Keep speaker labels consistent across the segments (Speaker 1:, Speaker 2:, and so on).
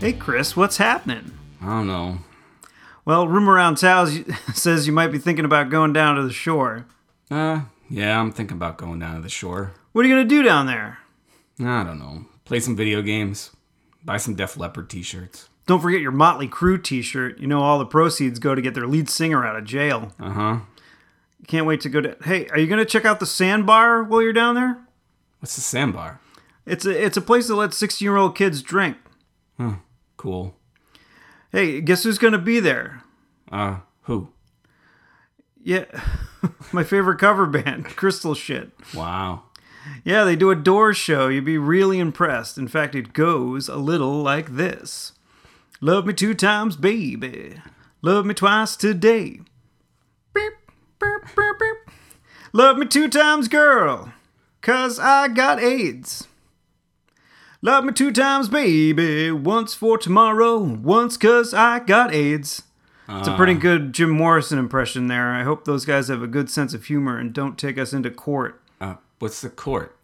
Speaker 1: Hey, Chris, what's happening?
Speaker 2: I don't know.
Speaker 1: Well, room around town says you might be thinking about going down to the shore.
Speaker 2: Uh, yeah, I'm thinking about going down to the shore.
Speaker 1: What are you gonna do down there?
Speaker 2: I don't know. Play some video games. Buy some Def Leppard t-shirts.
Speaker 1: Don't forget your Motley Crue T-shirt. You know all the proceeds go to get their lead singer out of jail.
Speaker 2: Uh-huh.
Speaker 1: Can't wait to go to. Hey, are you gonna check out the sandbar while you're down there?
Speaker 2: What's the sandbar?
Speaker 1: It's a it's a place that lets 16 year old kids drink.
Speaker 2: Cool.
Speaker 1: Hey, guess who's gonna be there?
Speaker 2: Uh, who?
Speaker 1: Yeah, my favorite cover band, Crystal Shit.
Speaker 2: Wow.
Speaker 1: Yeah, they do a Doors show. You'd be really impressed. In fact, it goes a little like this Love me two times, baby. Love me twice today. Beep, beep, beep, beep. Love me two times, girl, 'cause I got AIDS. Love me two times, baby. Once for tomorrow, once 'cause I got AIDS. It's a pretty good Jim Morrison impression there. I hope those guys have a good sense of humor and don't take us into court.
Speaker 2: Uh, what's the court?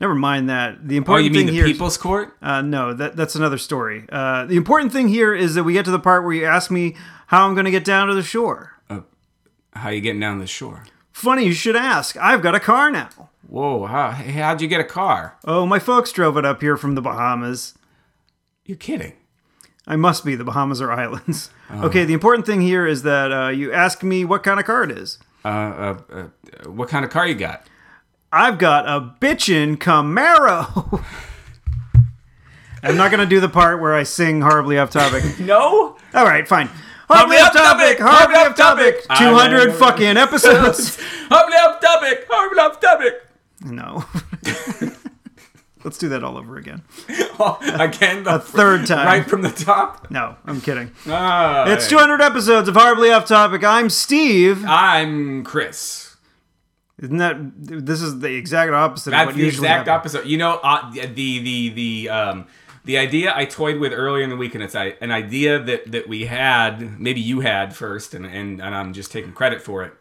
Speaker 1: Never mind that. The
Speaker 2: Oh,
Speaker 1: important
Speaker 2: you mean
Speaker 1: thing
Speaker 2: the
Speaker 1: here is-
Speaker 2: people's court?
Speaker 1: uh, no, that that's another story. Uh, the important thing here is that we get to the part where you ask me how I'm going to get down to the shore.
Speaker 2: How you getting down to the shore?
Speaker 1: Funny you should ask. I've got a car now.
Speaker 2: Whoa, how, hey, how'd you get a car?
Speaker 1: Oh, my folks drove it up here from the Bahamas.
Speaker 2: You're kidding.
Speaker 1: I must be the Bahamas or islands.
Speaker 2: Uh-huh.
Speaker 1: Okay, the important thing here is that uh, you ask me what kind of car it is.
Speaker 2: Uh, uh, uh, uh, what kind of car you got?
Speaker 1: I've got a bitchin' Camaro. I'm not going to do the part where I sing horribly off topic.
Speaker 2: No?
Speaker 1: All right, fine. Hardly off topic. Hardly off topic.
Speaker 2: I
Speaker 1: Two hundred
Speaker 2: know.
Speaker 1: fucking episodes.
Speaker 2: Hardly off topic. Hardly off topic.
Speaker 1: no. Let's do that all over again.
Speaker 2: Oh, again, the
Speaker 1: Third time.
Speaker 2: right from the top.
Speaker 1: No, I'm kidding.
Speaker 2: Ah,
Speaker 1: It's 200 episodes of Hardly Off Topic. I'm Steve.
Speaker 2: I'm Chris.
Speaker 1: Isn't that? This is the exact opposite of
Speaker 2: That's
Speaker 1: what
Speaker 2: the
Speaker 1: usually
Speaker 2: exact
Speaker 1: happens.
Speaker 2: opposite. You know, uh, the the the um the idea I toyed with earlier in the week, and it's I, an idea that that we had, maybe you had first, and and, and I'm just taking credit for it.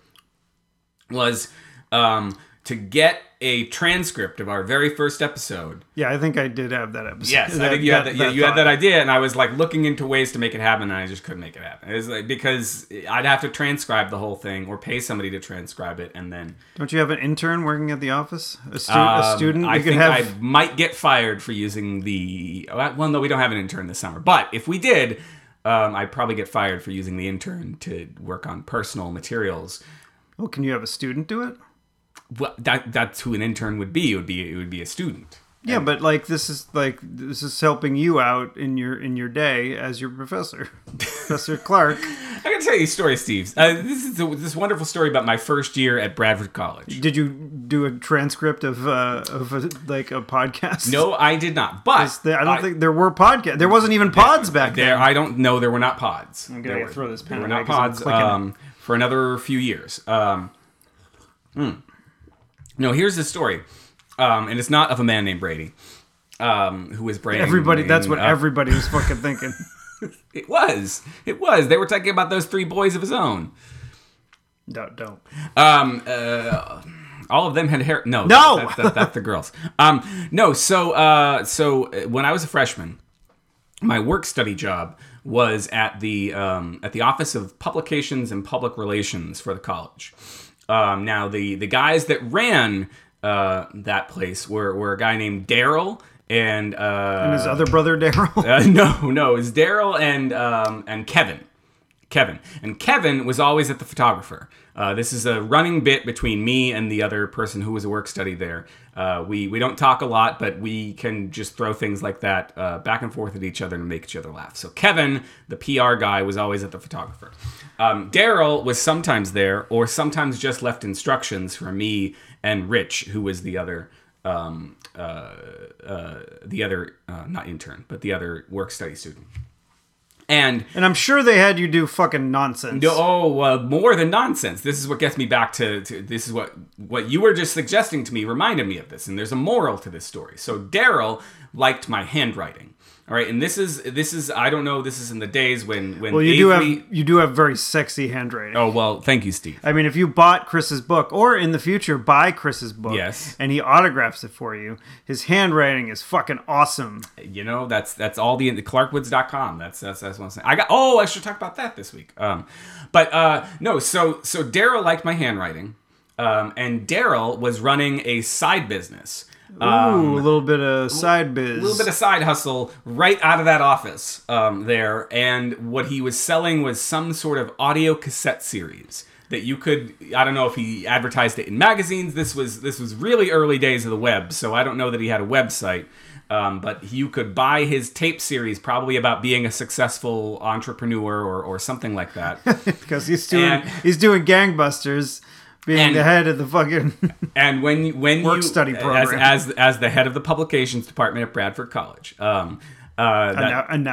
Speaker 2: Was um to get a transcript of our very first episode
Speaker 1: Yeah, I think I did have that episode.
Speaker 2: Yes, I think you had that. you- you had that idea, and I was like looking into ways to make it happen, and I just couldn't make it happen. It was like because I'd have to transcribe the whole thing or pay somebody to transcribe it, and then
Speaker 1: Don't you have an intern working at the office? A, stu- a
Speaker 2: um,
Speaker 1: student?
Speaker 2: I
Speaker 1: you could
Speaker 2: think
Speaker 1: have.
Speaker 2: I might get fired for using the. Well, no, we don't have an intern this summer, but if we did, um, I'd probably get fired for using the intern to work on personal materials.
Speaker 1: oh, can you have a student do it?
Speaker 2: Well, that that's who an intern would be. It would be it would be a student.
Speaker 1: Yeah, but like this is like this is helping you out in your in your day as your professor, Professor Clark.
Speaker 2: I gotta tell you a story, Steve. Uh, this is a, this wonderful story about my first year at Bradford College.
Speaker 1: Did you do a transcript of uh, of a, like a podcast?
Speaker 2: No, I did not. But
Speaker 1: There- I don't think there were podcasts. There wasn't even pods back
Speaker 2: there.
Speaker 1: then.
Speaker 2: I don't know. There were not pods.
Speaker 1: gonna
Speaker 2: There
Speaker 1: throw this pen
Speaker 2: There were
Speaker 1: away
Speaker 2: not
Speaker 1: 'cause I'm
Speaker 2: pods
Speaker 1: clicking it.
Speaker 2: um, for another few years. Um, hmm. No, here's the story, um, and it's not of a man named Brady, um, who was Brady.
Speaker 1: Everybody, that's what everybody was fucking thinking.
Speaker 2: It was. It was. They were talking about those three boys of his own.
Speaker 1: No, don't.
Speaker 2: Um, uh, all of them had hair. No,
Speaker 1: No!
Speaker 2: that's, that's, that's the girls. Um, no, so uh, so uh, when I was a freshman, my work study job was at the um, at the office of publications and public relations for the college. Um, now the the guys that ran uh, that place were were a guy named Daryl and uh,
Speaker 1: His other brother Daryl.
Speaker 2: uh, no, no, it's Daryl and um, and Kevin. Kevin and Kevin was always at the photographer. Uh, this is a running bit between me and the other person who was a work study there. Uh, we we don't talk a lot, but we can just throw things like that uh, back and forth at each other and make each other laugh. So Kevin, the PR guy, was always at the photographer. Um, Daryl was sometimes there, or sometimes just left instructions for me and Rich, who was the other um, uh, uh, the other uh, not intern, but the other work study student. And
Speaker 1: and I'm sure they had you do fucking nonsense.
Speaker 2: oh, uh, more than nonsense. This is what gets me back to, to this is what what you were just suggesting to me reminded me of this, and there's a moral to this story. So Daryl liked my handwriting. All right, and this is this is I don't know. This is in the days when when
Speaker 1: Well, you
Speaker 2: Avery-
Speaker 1: do have you do have very sexy handwriting.
Speaker 2: Oh well, thank you, Steve.
Speaker 1: I mean, if you bought Chris's book, or in the future buy Chris's book,
Speaker 2: Yes.
Speaker 1: and he autographs it for you, his handwriting is fucking awesome.
Speaker 2: You know that's that's all the, the ClarkWoods.com. That's that's that's what I'm saying. I got oh I should talk about that this week. Um, but uh no, so so Daryl liked my handwriting, um, and Daryl was running a side business.
Speaker 1: Ooh, a little bit of side biz.
Speaker 2: a Um, little bit of side hustle right out of that office um, there. And what he was selling was some sort of audio cassette series that you could. I don't know if he advertised it in magazines. This was this was really early days of the web, so I don't know that he had a website. Um, but you could buy his tape series, probably about being a successful entrepreneur or, or something like that.
Speaker 1: because he's doing
Speaker 2: and-
Speaker 1: he's doing gangbusters, being
Speaker 2: And-
Speaker 1: the head of the fucking.
Speaker 2: and when when
Speaker 1: Work
Speaker 2: you,
Speaker 1: study
Speaker 2: as-
Speaker 1: program.
Speaker 2: as, as the head of the publications department at Bradford College. Um, uh, that-
Speaker 1: now, and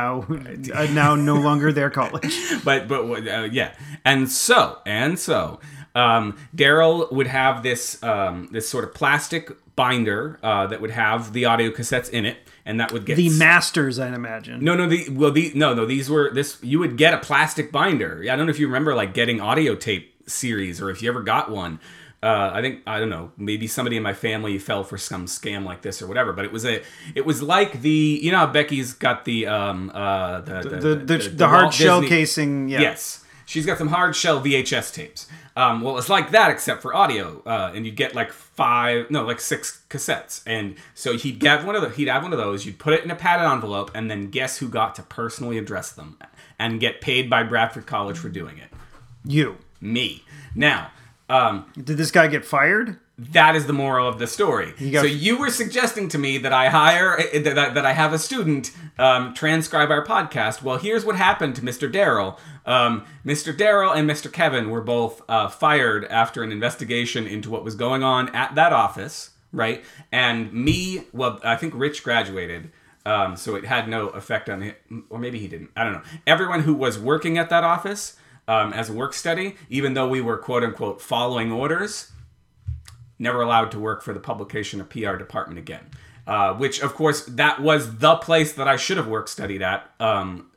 Speaker 1: now, and now, no longer their college.
Speaker 2: but but uh, yeah, and so and so, um, Daryl would have this um, this sort of plastic binder uh, that would have the audio cassettes in it, and that would get
Speaker 1: The masters, I imagine.
Speaker 2: no no the well the no no these were this you would get a plastic binder. I don't know if you remember like getting audio tape series or if you ever got one. Uh, I think I don't know. Maybe somebody in my family fell for some scam like this or whatever. But it was a, it was like the you know how Becky's got the um uh the the,
Speaker 1: the the, the, hard
Speaker 2: Walt
Speaker 1: shell
Speaker 2: Disney-
Speaker 1: casing. Yeah.
Speaker 2: Yes. She's got some hard shell VHS tapes. Um, well, it's like that except for audio, uh, and you'd get like five, no, like six cassettes. And so he'd get one of the, he'd have one of those. You'd put it in a padded envelope, and then guess who got to personally address them and get paid by Bradford College for doing it?
Speaker 1: you
Speaker 2: Me. Now, um,
Speaker 1: did this guy get fired?
Speaker 2: that is the moral of the story.
Speaker 1: got-
Speaker 2: so you were suggesting to me that I hire that, that, that I have a student um, transcribe our podcast. Well, here's what happened to Mr. Daryl. Um, Mr. Daryl and Mr. Kevin were both uh, fired after an investigation into what was going on at that office, right? And me, well, I think Rich graduated. Um, so it had no effect on it, or maybe he didn't. I don't know. Everyone who was working at that office um, as a work study, even though we were quote unquote following orders, never allowed to work for the publication or PR department again. Uh, which, of course, that was the place that I should have work studied at, um,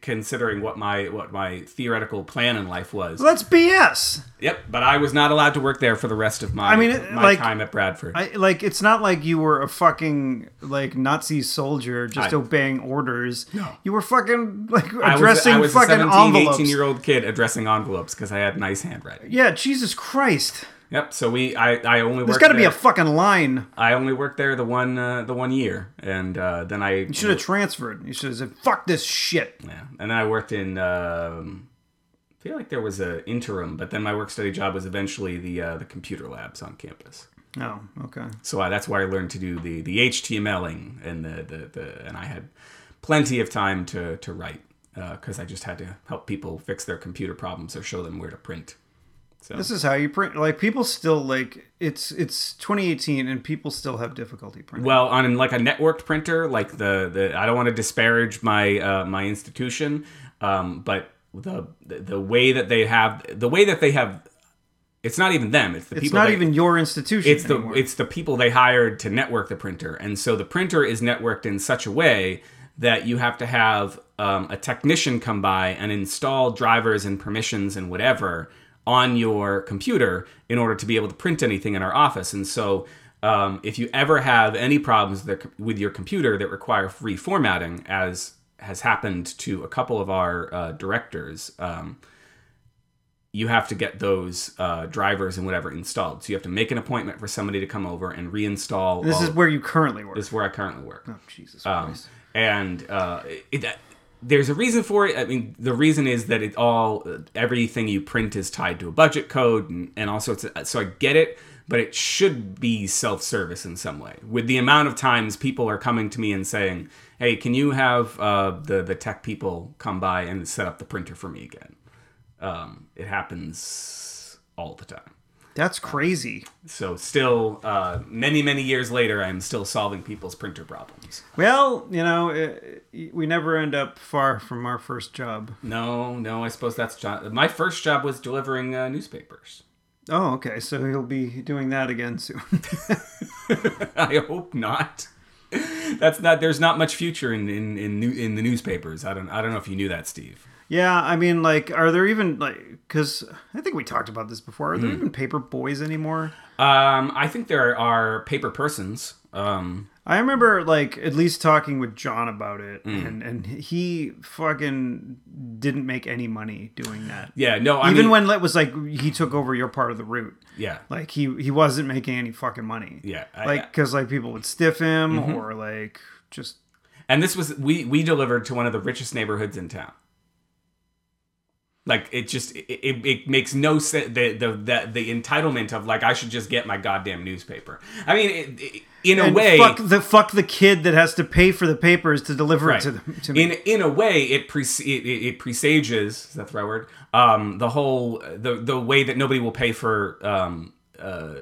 Speaker 2: considering what my what my theoretical plan in life was.
Speaker 1: Well, that's BS.
Speaker 2: Yep, but I was not allowed to work there for the rest of my
Speaker 1: mean, it-
Speaker 2: my
Speaker 1: like-
Speaker 2: time at Bradford.
Speaker 1: I, like it's not like you were a fucking like Nazi soldier just
Speaker 2: I-
Speaker 1: obeying orders. No, you were fucking like
Speaker 2: I was-
Speaker 1: addressing
Speaker 2: I was,
Speaker 1: fucking
Speaker 2: a 17,
Speaker 1: envelopes.
Speaker 2: 18 year old kid addressing envelopes because I had nice handwriting.
Speaker 1: yeah, Jesus Christ!
Speaker 2: Yep. So we, I, I only worked.
Speaker 1: There's got to be
Speaker 2: there-
Speaker 1: a fucking line.
Speaker 2: I only worked there the one, uh, the one year, and uh, then I
Speaker 1: You should have transferred. You should have said, "Fuck this shit."
Speaker 2: Yeah, and then I worked in. Um, I feel like there was a interim, but then my work study job was eventually the uh, the computer labs on campus.
Speaker 1: Oh, okay.
Speaker 2: So I, that's where I learned to do the the HTMLing and the the, the and I had plenty of time to to write because I just had to help people fix their computer problems or show them where to print.
Speaker 1: This is how you print. Like people still like it's it's 2018 and people still have difficulty printing.
Speaker 2: Well, on like a networked printer, like the, the I don't want to disparage my uh, my institution, um, but the the way that they have the way that they have, it's not even them. It's the
Speaker 1: It's
Speaker 2: people.
Speaker 1: not
Speaker 2: they-
Speaker 1: even your institution
Speaker 2: It's the
Speaker 1: anymore.
Speaker 2: it's the people they hired to network the printer, and so the printer is networked in such a way that you have to have um, a technician come by and install drivers and permissions and whatever on your computer in order to be able to print anything in our office. And so, um, if you ever have any problems with, their, with your computer that require reformatting, as has happened to a couple of our uh, directors. Um, you have to get those uh, drivers and whatever installed. So you have to make an appointment for somebody to come over and reinstall.
Speaker 1: this
Speaker 2: all-
Speaker 1: is where you currently work.
Speaker 2: this is where I currently work.
Speaker 1: oh, Jesus
Speaker 2: Um,
Speaker 1: Christ.
Speaker 2: and uh, it, that- there's a reason for it. I mean, the reason is that it all uh, everything you print is tied to a budget code and, and all sorts of. uh, So I get it, but it should be self-service in some way. With the amount of times people are coming to me and saying, "Hey, can you have uh, the the tech people come by and set up the printer for me again?" Um, it happens all the time.
Speaker 1: That's crazy.
Speaker 2: So still, uh, many many years later, I am still solving people's printer problems.
Speaker 1: Well, you know, it, it- we never end up far from our first job.
Speaker 2: No, no, I suppose that's job. My first job was delivering uh, newspapers.
Speaker 1: Oh, okay. So he'll be doing that again soon.
Speaker 2: I hope not. That's not. There's not much future in in in, new, in the newspapers. I don't. I don't know if you knew that, Steve.
Speaker 1: Yeah, I mean, like, are there even like? Because I think we talked about this before. Are
Speaker 2: Hmm.
Speaker 1: there even paper boys anymore?
Speaker 2: Um, I think there are paper persons. Um,
Speaker 1: I remember like at least talking with John about it,
Speaker 2: Hmm.
Speaker 1: and and he fucking didn't make any money doing that.
Speaker 2: yeah. No. I
Speaker 1: even
Speaker 2: mean,
Speaker 1: when Lit was like he took over your part of the route,
Speaker 2: Yeah.
Speaker 1: like he he wasn't making any fucking money.
Speaker 2: Yeah, Mm-hmm. I-
Speaker 1: like because like people would stiff him or like just
Speaker 2: And this was we we delivered to one of the richest neighborhoods in town. Like it just it, it, it makes no sense the, the the the entitlement of like I should just get my goddamn newspaper. I mean, it, it, in a
Speaker 1: and
Speaker 2: way,
Speaker 1: fuck the fuck the kid that has to pay for the papers to deliver it to them to me.
Speaker 2: in in a way, it, pre- it, it it presages is that the right word? Um, the whole the the way that nobody will pay for um, uh,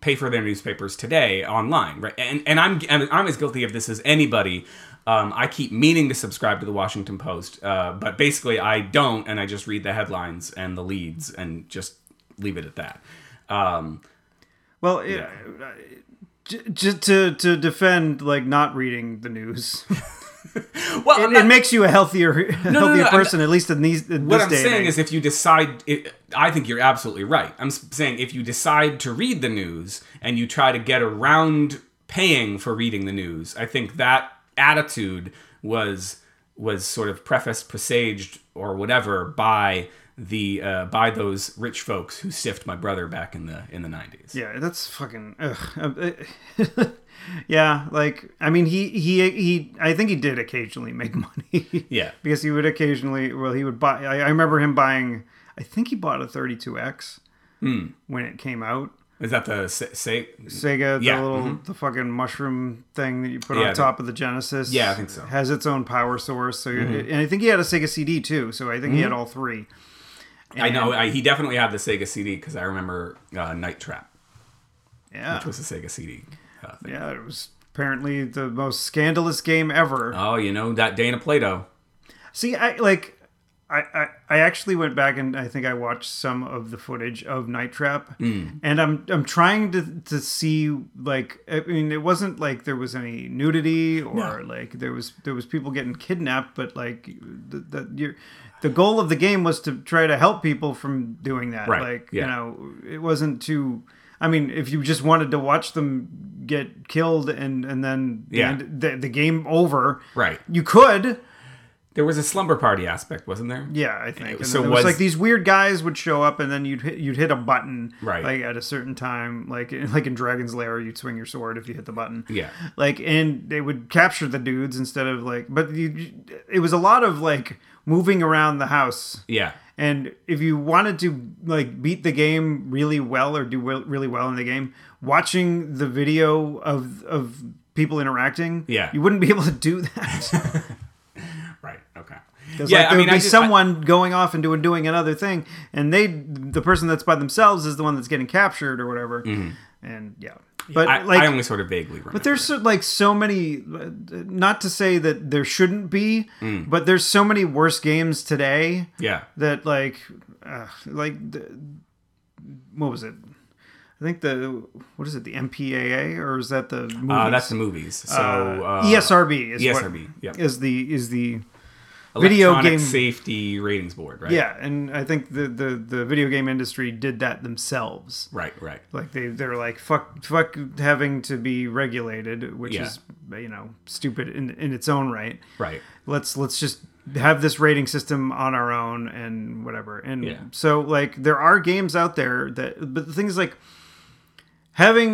Speaker 2: pay for their newspapers today online, right? And and I'm I'm, I'm as guilty of this as anybody. Um, I keep meaning to subscribe to the Washington Post, uh, but basically I don't, and I just read the headlines and the leads and just leave it at that. Um,
Speaker 1: well, it, uh, j- j- to to defend like not reading the news,
Speaker 2: well, I'm
Speaker 1: it,
Speaker 2: not-
Speaker 1: it makes you a healthier healthier
Speaker 2: no, no, I'm
Speaker 1: person at least in these in
Speaker 2: What
Speaker 1: this
Speaker 2: I'm
Speaker 1: day and
Speaker 2: saying
Speaker 1: age.
Speaker 2: is, if you decide, it, I think you're absolutely right. I'm s- saying if you decide to read the news and you try to get around paying for reading the news, I think that attitude was was sort of prefaced, presaged, or whatever by the uh, by those rich folks who stiffed my brother back in the in the 90s.
Speaker 1: Yeah, that's fucking. Ugh. Um, uh, yeah, like I mean, he he he. I think he did occasionally make money.
Speaker 2: Yeah.
Speaker 1: because he would occasionally. Well, he would buy. I, I remember him buying. I think he bought a 32x
Speaker 2: Hmm.
Speaker 1: when it came out.
Speaker 2: Is that the say? say
Speaker 1: Sega, the
Speaker 2: Yeah, mm-hmm.
Speaker 1: little the fucking mushroom thing that you put
Speaker 2: Yeah,
Speaker 1: on
Speaker 2: the-
Speaker 1: top of the Genesis.
Speaker 2: Yeah, I think so. Mm-hmm.
Speaker 1: Has its own power source. So, and I think he had a Sega CD too. So I think he had all three.
Speaker 2: I know I, he definitely had the Sega CD because I remember uh, Night Trap
Speaker 1: Yeah,
Speaker 2: was a Sega CD uh, thing.
Speaker 1: yeah. It was apparently the most scandalous game ever.
Speaker 2: Oh, you know that Dana Plato.
Speaker 1: See, I like, I, I I actually went back and I think I watched some of the footage of Night Trap,
Speaker 2: Hmm.
Speaker 1: and I'm I'm trying to to see like I mean it wasn't like there was any nudity or like there was there was people getting kidnapped, but like the, the your the goal of the game was to try to help people from doing that.
Speaker 2: Right,
Speaker 1: Like you
Speaker 2: yeah.
Speaker 1: know it wasn't to. I mean, if you just wanted to watch them get killed and and then the,
Speaker 2: Yeah.
Speaker 1: end- the, the game over,
Speaker 2: Right.
Speaker 1: You could,
Speaker 2: There was a slumber party aspect, wasn't there?
Speaker 1: yeah, I think. And so
Speaker 2: so
Speaker 1: it was,
Speaker 2: was-
Speaker 1: like these weird guys would show up, and then you'd hit, you'd hit a button,
Speaker 2: Right.
Speaker 1: Like at a certain time, like like in Dragon's Lair, you'd swing your sword if you hit the button,
Speaker 2: Yeah.
Speaker 1: Like, and they would capture the dudes instead of like, but you, it was a lot of like moving around the house.
Speaker 2: Yeah.
Speaker 1: And if you wanted to like beat the game really well or do wel- really well in the game, watching the video of of people interacting,
Speaker 2: Yeah.
Speaker 1: you wouldn't be able to do that.
Speaker 2: Right. Okay.
Speaker 1: yeah, like, there would be
Speaker 2: just-
Speaker 1: someone going off and doing doing another thing, and they the person that's by themselves is the one that's getting captured or whatever. And yeah, but
Speaker 2: Mm-hmm. I,
Speaker 1: like
Speaker 2: I only sort of vaguely remember.
Speaker 1: but there's so, like so many. Not to say that there shouldn't be,
Speaker 2: Mm.
Speaker 1: but there's so many worse games today
Speaker 2: yeah.
Speaker 1: that like uh, like the, what was it? I think the what is it? The MPAA or is that the movies? E
Speaker 2: Uh, that's the movies. So uh,
Speaker 1: ESRB is what-
Speaker 2: ESRB, yeah.
Speaker 1: is the is the video
Speaker 2: Electronic
Speaker 1: game-
Speaker 2: Safety Ratings Board, right?
Speaker 1: Yeah, and I think the, the, the video game industry did that themselves.
Speaker 2: Right. Right.
Speaker 1: Like they they're like fuck fuck having to be regulated, which
Speaker 2: Yeah.
Speaker 1: is you know stupid in in its own right.
Speaker 2: Right.
Speaker 1: Let's let's just have this rating system on our own and whatever. And
Speaker 2: Yeah.
Speaker 1: so like there are games out there that but the thing is like having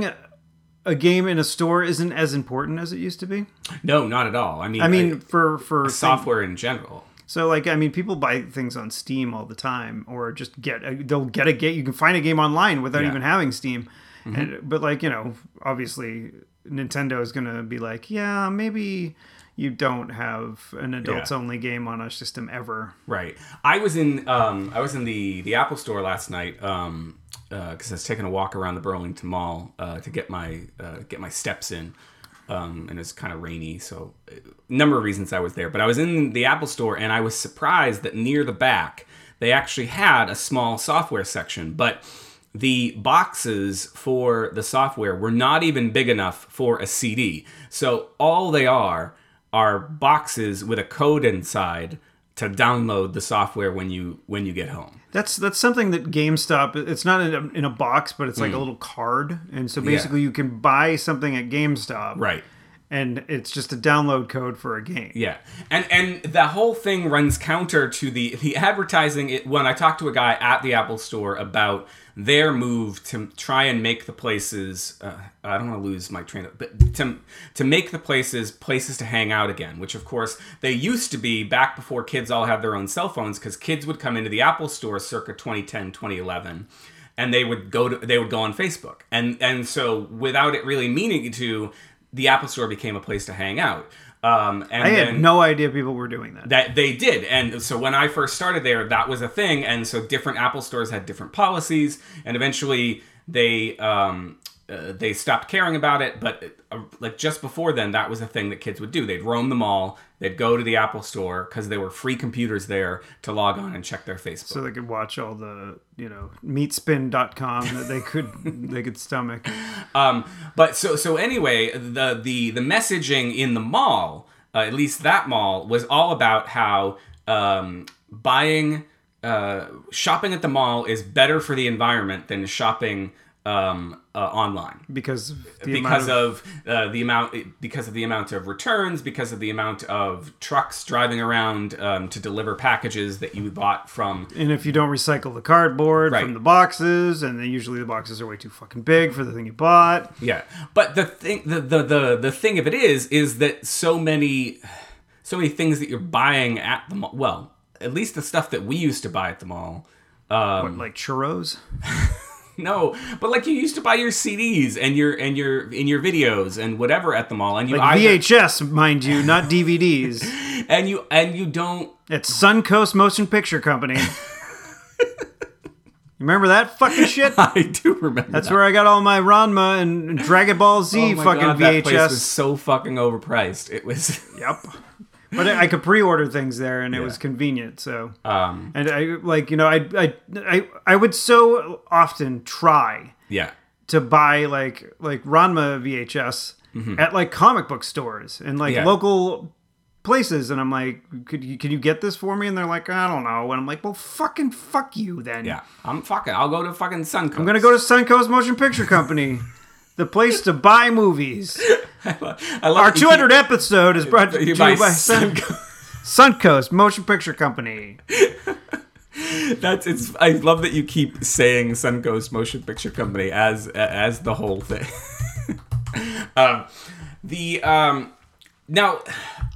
Speaker 1: a game in a store isn't as important as it used to be.
Speaker 2: No, not at all. I mean,
Speaker 1: I mean, for for things-
Speaker 2: software in general.
Speaker 1: so like I mean, people buy things on Steam all the time, or just get a, they'll get a game. You can find a game online without
Speaker 2: Yeah. Mm-hmm.
Speaker 1: even having Steam. And, but like you know, obviously Nintendo is gonna be like, yeah, maybe you don't have an adults only game on our system ever.
Speaker 2: Right. I was in um, I was in the the Apple Store last night because um, uh 'cause I was taking a walk around the Burlington Mall uh, to get my uh, get my steps in, um, and it's kind of rainy, so a number of reasons I was there. But I was in the Apple Store and I was surprised that near the back they actually had a small software section, but the boxes for the software were not even big enough for a CD. So all they are are boxes with a code inside to download the software when you when you get home.
Speaker 1: That's that's something that GameStop. It's not in a, in a box, but it's like
Speaker 2: Mm.
Speaker 1: a little card, and so basically you can buy something at GameStop,
Speaker 2: Right.
Speaker 1: And it's just a download code for a game.
Speaker 2: Yeah, and and the whole thing runs counter to the the advertising. It, when I talked to a guy at the Apple Store about their move to try and make the places, uh, I don't want to lose my train of, but to to make the places places to hang out again, which of course they used to be back before kids all had their own cell phones, because kids would come into the Apple Store circa 2010, 2011 and they would go to they would go on Facebook. And and so without it really meaning to, the Apple Store became a place to hang out. Um, and
Speaker 1: I
Speaker 2: then
Speaker 1: had no idea people were doing that.
Speaker 2: that they did. And so when I first started there, that was a thing. And so different Apple stores had different policies, and eventually they um, uh, they stopped caring about it. But uh, like just before then, that was a thing that kids would do. They'd roam the mall, they'd go to the Apple store because there were free computers there to log on and check their Facebook.
Speaker 1: so they could watch all the you know meatspin.com that they could they could stomach
Speaker 2: Um, but so so anyway, the the the messaging in the mall, uh, at least that mall, was all about how um, buying uh, shopping at the mall is better for the environment than shopping um, uh, online
Speaker 1: because of the amount
Speaker 2: because
Speaker 1: of,
Speaker 2: of, uh, the amount because of the amount of returns because of the amount of trucks driving around um, to deliver packages that you bought from
Speaker 1: and if you don't recycle the cardboard
Speaker 2: Right.
Speaker 1: from the boxes and then usually the boxes are way too fucking big for the thing you bought
Speaker 2: Yeah, but the thing, the, the the the thing of it is, is that so many, so many things that you're buying at the mall. Well, at least the stuff that we used to buy at the mall. Um,
Speaker 1: like churros
Speaker 2: no, but like you used to buy your CDs and your and your in your videos and whatever at the mall, and you
Speaker 1: like
Speaker 2: either,
Speaker 1: VHS mind you not DVDs
Speaker 2: and you and you don't.
Speaker 1: It's Suncoast Motion Picture Company. You Remember that fucking shit?
Speaker 2: I do remember.
Speaker 1: That's where I got all my Ranma and Dragon Ball Z
Speaker 2: Oh my
Speaker 1: fucking
Speaker 2: God, That place was
Speaker 1: VHS.
Speaker 2: so fucking overpriced. It was.
Speaker 1: Yep. But I I could pre-order things there, and it was convenient. So,
Speaker 2: Um,
Speaker 1: and I like you know I I I I would so often try
Speaker 2: yeah.
Speaker 1: to buy like like Ranma VHS at like comic book stores and like
Speaker 2: Mm-hmm. Yeah.
Speaker 1: local places and I'm like could you can you get this for me and they're like I don't know and I'm like well fucking fuck you then
Speaker 2: Yeah, I'm fucking. I'll go to fucking Suncoast.
Speaker 1: I'm gonna go to Suncoast Motion Picture Company, the place to buy movies.
Speaker 2: I love
Speaker 1: Our
Speaker 2: that you
Speaker 1: 200 episode is brought to
Speaker 2: keep-
Speaker 1: you
Speaker 2: You buy
Speaker 1: by Sun-
Speaker 2: Suncoast.
Speaker 1: Suncoast Motion Picture Company.
Speaker 2: That's it's. I love that you keep saying Suncoast Motion Picture Company as as the whole thing. um, the um, now,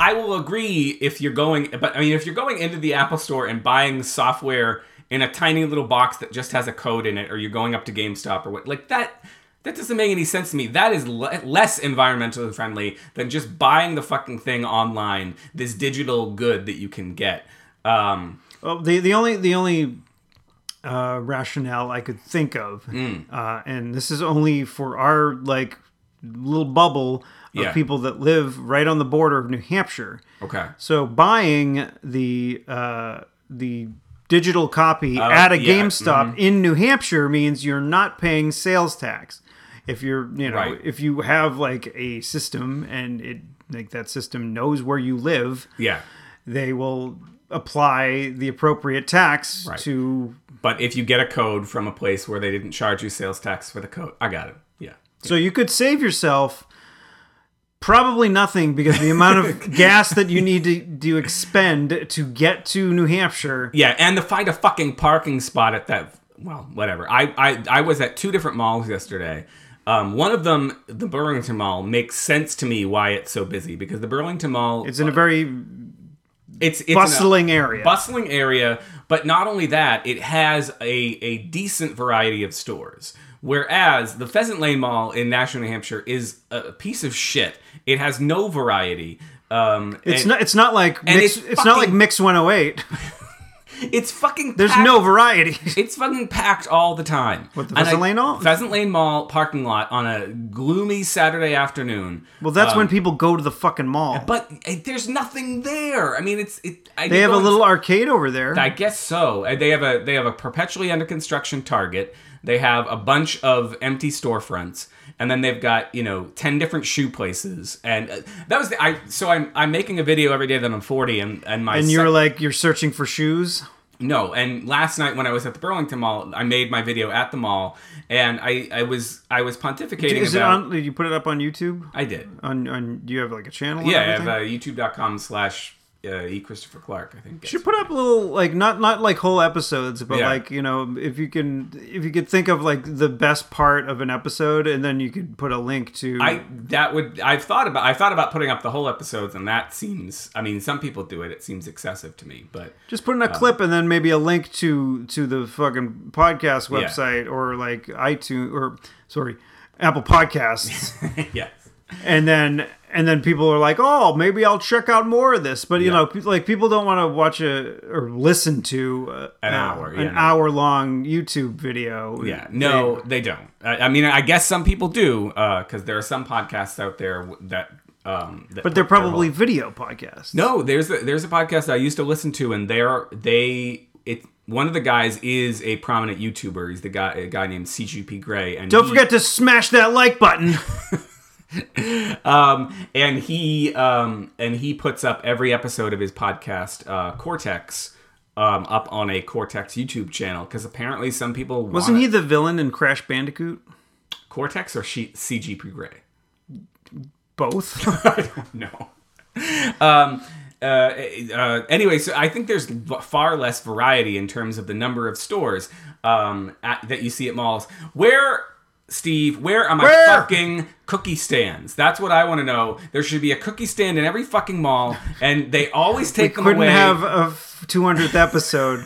Speaker 2: I will agree if you're going, but I mean, if you're going into the Apple Store and buying software in a tiny little box that just has a code in it, or you're going up to GameStop or what, like that. That doesn't make any sense to me. That is le- less environmentally friendly than just buying the fucking thing online, this digital good that you can get. Um,
Speaker 1: Well, the the only the only uh, rationale I could think of,
Speaker 2: Mm.
Speaker 1: uh, and this is only for our like little bubble of
Speaker 2: Yeah.
Speaker 1: people that live right on the border of New Hampshire.
Speaker 2: okay.
Speaker 1: So buying the uh, the digital copy at a
Speaker 2: Oh, yeah, Mm-hmm.
Speaker 1: GameStop in New Hampshire means you're not paying sales tax. If you're you know
Speaker 2: Right.
Speaker 1: if you have like a system and it like that system knows where you live,
Speaker 2: Yeah.
Speaker 1: they will apply the appropriate tax to.
Speaker 2: But if you get a code from a place where they didn't charge you sales tax for the code, I got it. Yeah.
Speaker 1: So you could save yourself. Probably nothing because the amount of gas that you need to, to expend to get to New Hampshire
Speaker 2: Yeah, and to find a fucking parking spot at that well, whatever. I I, I was at two different malls yesterday. Um, one of them, the Burlington Mall, makes sense to me why it's so busy because the Burlington Mall
Speaker 1: It's in a very
Speaker 2: it's it's an-
Speaker 1: bustling area.
Speaker 2: bustling area, but not only that, it has a, a decent variety of stores. Whereas the Pheasant Lane Mall in Nashua, New Hampshire is a piece of shit. It has no variety. Um,
Speaker 1: it's not. It's not like. Mix,
Speaker 2: it's
Speaker 1: it's, not like
Speaker 2: fucking-
Speaker 1: Mix 108.
Speaker 2: It's fucking.
Speaker 1: There's
Speaker 2: packed.
Speaker 1: no variety.
Speaker 2: It's fucking packed all the time. What
Speaker 1: the Pheasant Lane Mall?
Speaker 2: Pheasant Lane Mall parking lot on a gloomy Saturday afternoon.
Speaker 1: Well, that's when people go to the fucking mall.
Speaker 2: Um, But eh, there's nothing there. I mean, it's it. I
Speaker 1: They have a little arcade over there.
Speaker 2: I guess so. Eh, They have a they have a perpetually under construction Target. They have a bunch of empty storefronts, and then they've got you know ten different shoe places. And uh, that was the I. So I'm I'm making a video every day that I'm 40, and and my
Speaker 1: And
Speaker 2: sec-
Speaker 1: you're like you're searching for shoes.
Speaker 2: no, and last night when I was at the Burlington Mall, I made my video at the mall, and I, I was I was pontificating
Speaker 1: Is it
Speaker 2: about.
Speaker 1: on? Did you put it up on YouTube?
Speaker 2: I did.
Speaker 1: On on do you have like a channel?
Speaker 2: Yeah, I
Speaker 1: and
Speaker 2: have
Speaker 1: everything?
Speaker 2: uh, YouTube.com slash uh, e Christopher Clark. I think.
Speaker 1: should put up a little like not not like whole episodes but
Speaker 2: Yeah.
Speaker 1: like you know if you can if you could think of like the best part of an episode and then you could put a link to
Speaker 2: I that would I've thought about I thought about putting up the whole episodes, and that seems I mean some people do it. It seems excessive to me, but
Speaker 1: just put in a
Speaker 2: Uh,
Speaker 1: clip and then maybe a link to to the fucking podcast
Speaker 2: Yeah.
Speaker 1: website or like iTunes or sorry Apple Podcasts
Speaker 2: yes.
Speaker 1: and then and then people are like oh maybe I'll check out more of this but you
Speaker 2: Yeah.
Speaker 1: know pe- like people don't want to watch a or listen to uh,
Speaker 2: An hour, yeah,
Speaker 1: an
Speaker 2: no.
Speaker 1: hour long YouTube video
Speaker 2: Yeah, no, they don't. I, I mean, I guess some people do because there are some podcasts out there w- that. Um, that
Speaker 1: but they're
Speaker 2: put their whole-
Speaker 1: probably video podcasts
Speaker 2: No, there's a, there's a podcast I used to listen to, and they're they it one of the guys is a prominent YouTuber. He's the guy a guy named CGP Grey, and
Speaker 1: Don't
Speaker 2: he-
Speaker 1: forget to smash that like button.
Speaker 2: um, and he um, and he puts up every episode of his podcast uh, Cortex um, up on a Cortex YouTube channel because apparently some people
Speaker 1: Wasn't
Speaker 2: want
Speaker 1: he the villain in Crash Bandicoot?
Speaker 2: Cortex or she- CGP Grey.
Speaker 1: Both.
Speaker 2: I don't know. Um, uh, uh, anyway, so I think there's v- far less variety in terms of the number of stores um, at, that you see at malls. Where, Steve, where are my
Speaker 1: Where?
Speaker 2: fucking cookie stands? That's what I want to know. There should be a cookie stand in every fucking mall, and they always take them
Speaker 1: Couldn't
Speaker 2: away.
Speaker 1: have a f- 200th episode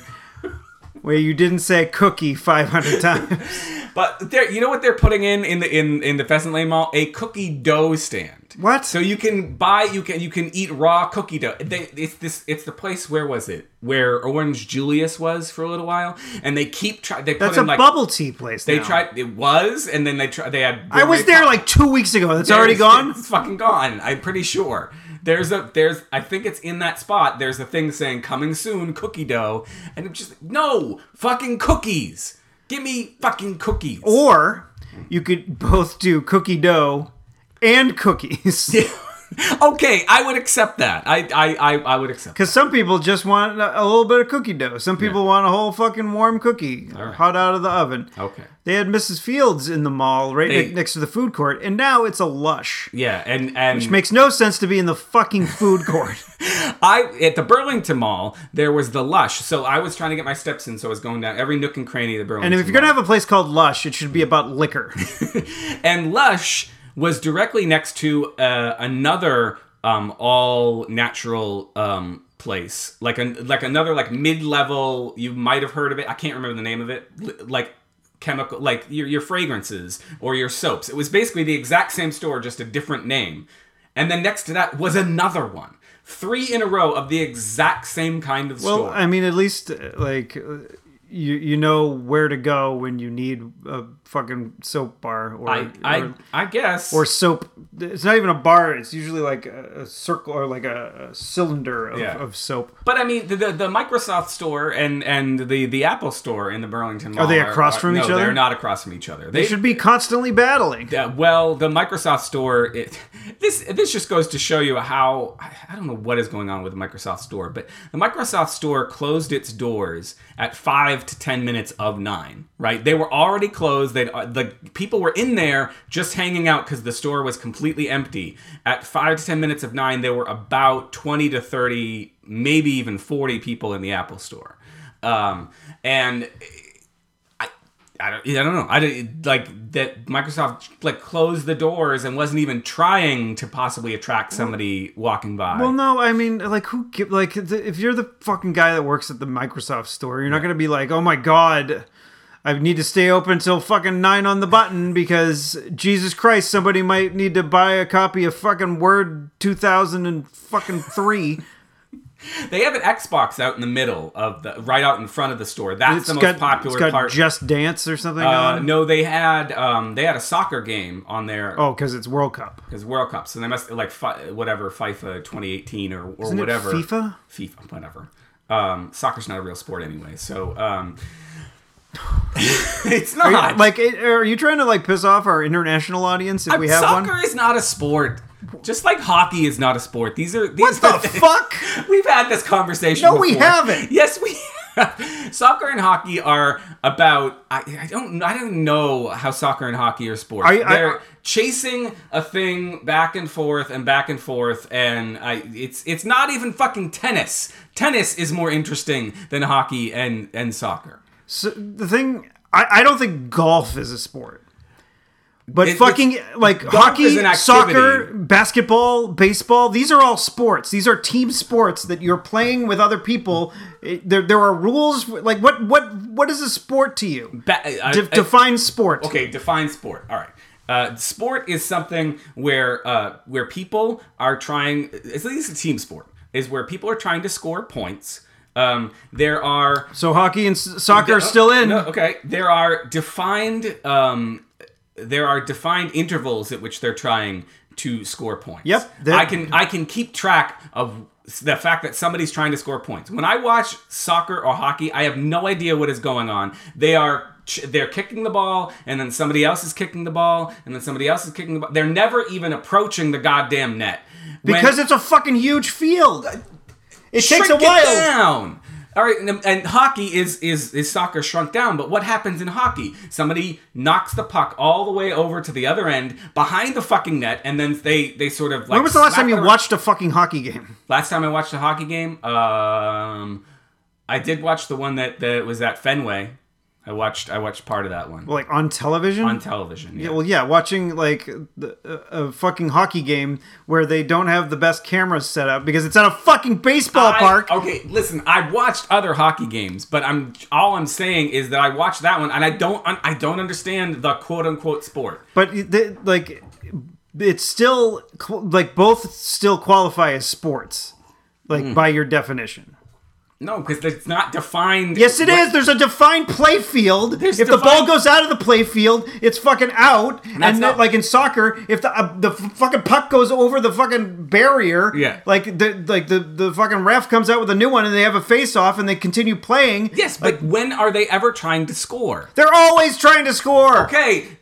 Speaker 1: where you didn't say cookie 500 times.
Speaker 2: but they're- you know what they're putting in in the in, in the Pheasant Lane Mall? A cookie dough stand.
Speaker 1: What?
Speaker 2: So you can buy, you can you can eat raw cookie dough. They, it's this, it's the place. Where was it? Where Orange Julius was for a little while, and they keep trying. They
Speaker 1: That's
Speaker 2: put
Speaker 1: a
Speaker 2: in like
Speaker 1: bubble tea place.
Speaker 2: they
Speaker 1: now.
Speaker 2: tried. It was, and then they tried. They had.
Speaker 1: I was there like two weeks ago. That's already gone.
Speaker 2: It's fucking gone. I'm pretty sure. There's a there's I think it's in that spot. There's a thing saying coming soon cookie dough, and I'm just no fucking cookies. Give me fucking cookies.
Speaker 1: Oh. Or you could both do cookie dough and cookies.
Speaker 2: okay, I would accept that. I I I, I would accept.
Speaker 1: Because some people just want a a little bit of cookie dough. Some people want a whole fucking warm cookie, hot out of the oven.
Speaker 2: Okay.
Speaker 1: They had Mrs. Fields in the mall right
Speaker 2: They-
Speaker 1: ne- next to the food court, and now it's a lush.
Speaker 2: Yeah, and and
Speaker 1: Makes no sense to be in the fucking food court.
Speaker 2: I at the Burlington Mall there was the Lush, so I was trying to get my steps in, so I was going down every nook and cranny of the Burlington.
Speaker 1: and if you're gonna have a place called Lush, it should be about liquor.
Speaker 2: Mall. and Lush was directly next to uh, another um, all natural um, place, like an like another like mid level. You might have heard of it. I can't remember the name of it. L- like chemical, like your your fragrances or your soaps. It was basically the exact same store, just a different name. And then next to that was another one. Three in a row of the exact same kind of
Speaker 1: well,
Speaker 2: store.
Speaker 1: I mean, at least uh, like uh, you you know where to go when you need a fucking soap bar or
Speaker 2: I, I,
Speaker 1: or,
Speaker 2: I guess.
Speaker 1: or soap. It's not even a bar. It's usually like a, a circle or like a, a cylinder of,
Speaker 2: Yeah.
Speaker 1: of soap.
Speaker 2: but I mean, the, the the Microsoft store and and the the Apple store in the Burlington Mall
Speaker 1: they across from
Speaker 2: no,
Speaker 1: each other?
Speaker 2: They're not across from each other. They,
Speaker 1: They should be constantly battling.
Speaker 2: Uh, well, the Microsoft store. It, this this just goes to show you how I I don't know what is going on with the Microsoft store, but the Microsoft store closed its doors at five to ten minutes of nine. Right, they were already closed. They the people were in there just hanging out because the store was completely empty. At five to ten minutes of nine, there were about twenty to thirty, maybe even forty people in the Apple store, um, and I don't, I don't know. I don't, like that Microsoft like closed the doors and wasn't even trying to possibly attract somebody walking by.
Speaker 1: Well, no, I mean, like, who give like the, if you're the fucking guy that works at the Microsoft store, you're not gonna be like, oh my god, I need to stay open till fucking nine on the button because Jesus Christ, somebody might need to buy a copy of fucking Word two thousand and fucking three.
Speaker 2: they have an Xbox out in the middle of the right out in front of the store. That's
Speaker 1: It's
Speaker 2: the most
Speaker 1: got
Speaker 2: popular
Speaker 1: it's got
Speaker 2: part.
Speaker 1: Just Dance or something
Speaker 2: uh,
Speaker 1: on.
Speaker 2: no, they had um, they had a soccer game on there
Speaker 1: Oh, because it's World Cup.
Speaker 2: because World Cup, so they must like fi- whatever FIFA 2018 or or
Speaker 1: Isn't it
Speaker 2: whatever
Speaker 1: FIFA?
Speaker 2: FIFA, whatever. Um, soccer's not a real sport anyway, so um, it's not.
Speaker 1: Like, it, are you trying to like piss off our international audience if we have
Speaker 2: soccer
Speaker 1: one?
Speaker 2: is not a sport. Just like hockey is not a sport. These are these
Speaker 1: What
Speaker 2: are
Speaker 1: the fuck?
Speaker 2: We've had this conversation.
Speaker 1: No, we
Speaker 2: before.
Speaker 1: haven't.
Speaker 2: Yes, we. have. Soccer and hockey are about. I, I don't. I don't know how soccer and hockey are sports.
Speaker 1: Are you- I-
Speaker 2: They're
Speaker 1: I-
Speaker 2: chasing a thing back and forth and back and forth, and I. It's it's not even fucking tennis. Tennis is more interesting than hockey and and soccer.
Speaker 1: So, the thing, I, I don't think golf is a sport. But
Speaker 2: It-
Speaker 1: fucking like
Speaker 2: is
Speaker 1: hockey,
Speaker 2: an activity.
Speaker 1: soccer, basketball, baseball, these are all sports. These are team sports that you're playing with other people. It- there, there are rules. Like what, what, what is a sport to you?
Speaker 2: Ba- I-
Speaker 1: De-
Speaker 2: I-
Speaker 1: define sport.
Speaker 2: Okay, define sport. All right. Uh, sport is something where uh, where people are trying. It's at least a team sport is where people are trying to score points. Um, there are
Speaker 1: So hockey and s- soccer are
Speaker 2: Oh,
Speaker 1: still in.
Speaker 2: no, okay, there are defined um, there are defined intervals at which they're trying to score points.
Speaker 1: Yep, they're-
Speaker 2: I can I can keep track of the fact that somebody's trying to score points. When I watch soccer or hockey, I have no idea what is going on. They are ch- they're kicking the ball and then somebody else is kicking the ball and then somebody else is kicking the ball. They're never even approaching the goddamn net. When-
Speaker 1: Because it's a fucking huge field. It takes a
Speaker 2: Uh, Shrink it
Speaker 1: while.
Speaker 2: down. All right, and, and hockey is is is soccer shrunk down. But what happens in hockey? Somebody knocks the puck all the way over to the other end behind the fucking net, and then they they sort of like.
Speaker 1: When was the last
Speaker 2: slap
Speaker 1: time you
Speaker 2: it around.
Speaker 1: watched a fucking hockey game?
Speaker 2: Last time I watched a hockey game, um, I did watch the one that that was at Fenway. I watched I watched part of that one
Speaker 1: Like on television?
Speaker 2: on television. Yeah.
Speaker 1: well, yeah, watching like the, a a fucking hockey game where they don't have the best cameras set up because it's at a fucking baseball
Speaker 2: I-
Speaker 1: park.
Speaker 2: okay, listen, I watched other hockey games, but I'm all I'm saying is that I watched that one and I don't I don't understand the quote unquote sport.
Speaker 1: But it- they, like, it's still qu- like both still qualify as sports, like by your definition.
Speaker 2: No, because it's not defined.
Speaker 1: Yes, it is. There's a defined play field.
Speaker 2: There's
Speaker 1: if the ball
Speaker 2: defined-
Speaker 1: goes out of the play field, it's fucking out. And,
Speaker 2: that's
Speaker 1: then,
Speaker 2: not-
Speaker 1: like in soccer, if the uh, the f- fucking puck goes over the fucking barrier,
Speaker 2: Yeah.
Speaker 1: like the like the the fucking ref comes out with a new one, and they have a face off, and they continue playing.
Speaker 2: Yes, but when are they ever trying to score?
Speaker 1: They're always trying to score.
Speaker 2: Okay,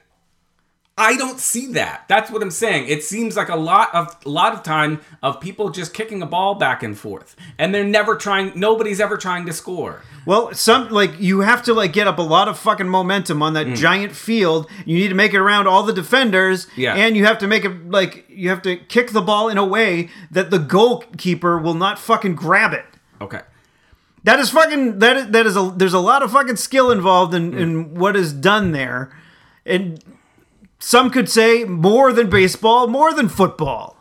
Speaker 2: I don't see that. That's what I'm saying. It seems like a lot of a lot of time of people just kicking a ball back and forth, and they're never trying. Nobody's ever trying to score.
Speaker 1: Well, some like you have to like get up a lot of fucking momentum on
Speaker 2: Mm.
Speaker 1: that giant field. You need to make it around all the defenders.
Speaker 2: Yeah.
Speaker 1: And you have to make it like you have to kick the ball in a way that the goalkeeper will not fucking grab it.
Speaker 2: Okay.
Speaker 1: That is fucking that is that is a there's a lot of fucking skill involved in,
Speaker 2: Mm.
Speaker 1: in what is done there. And some could say more than baseball, more than football.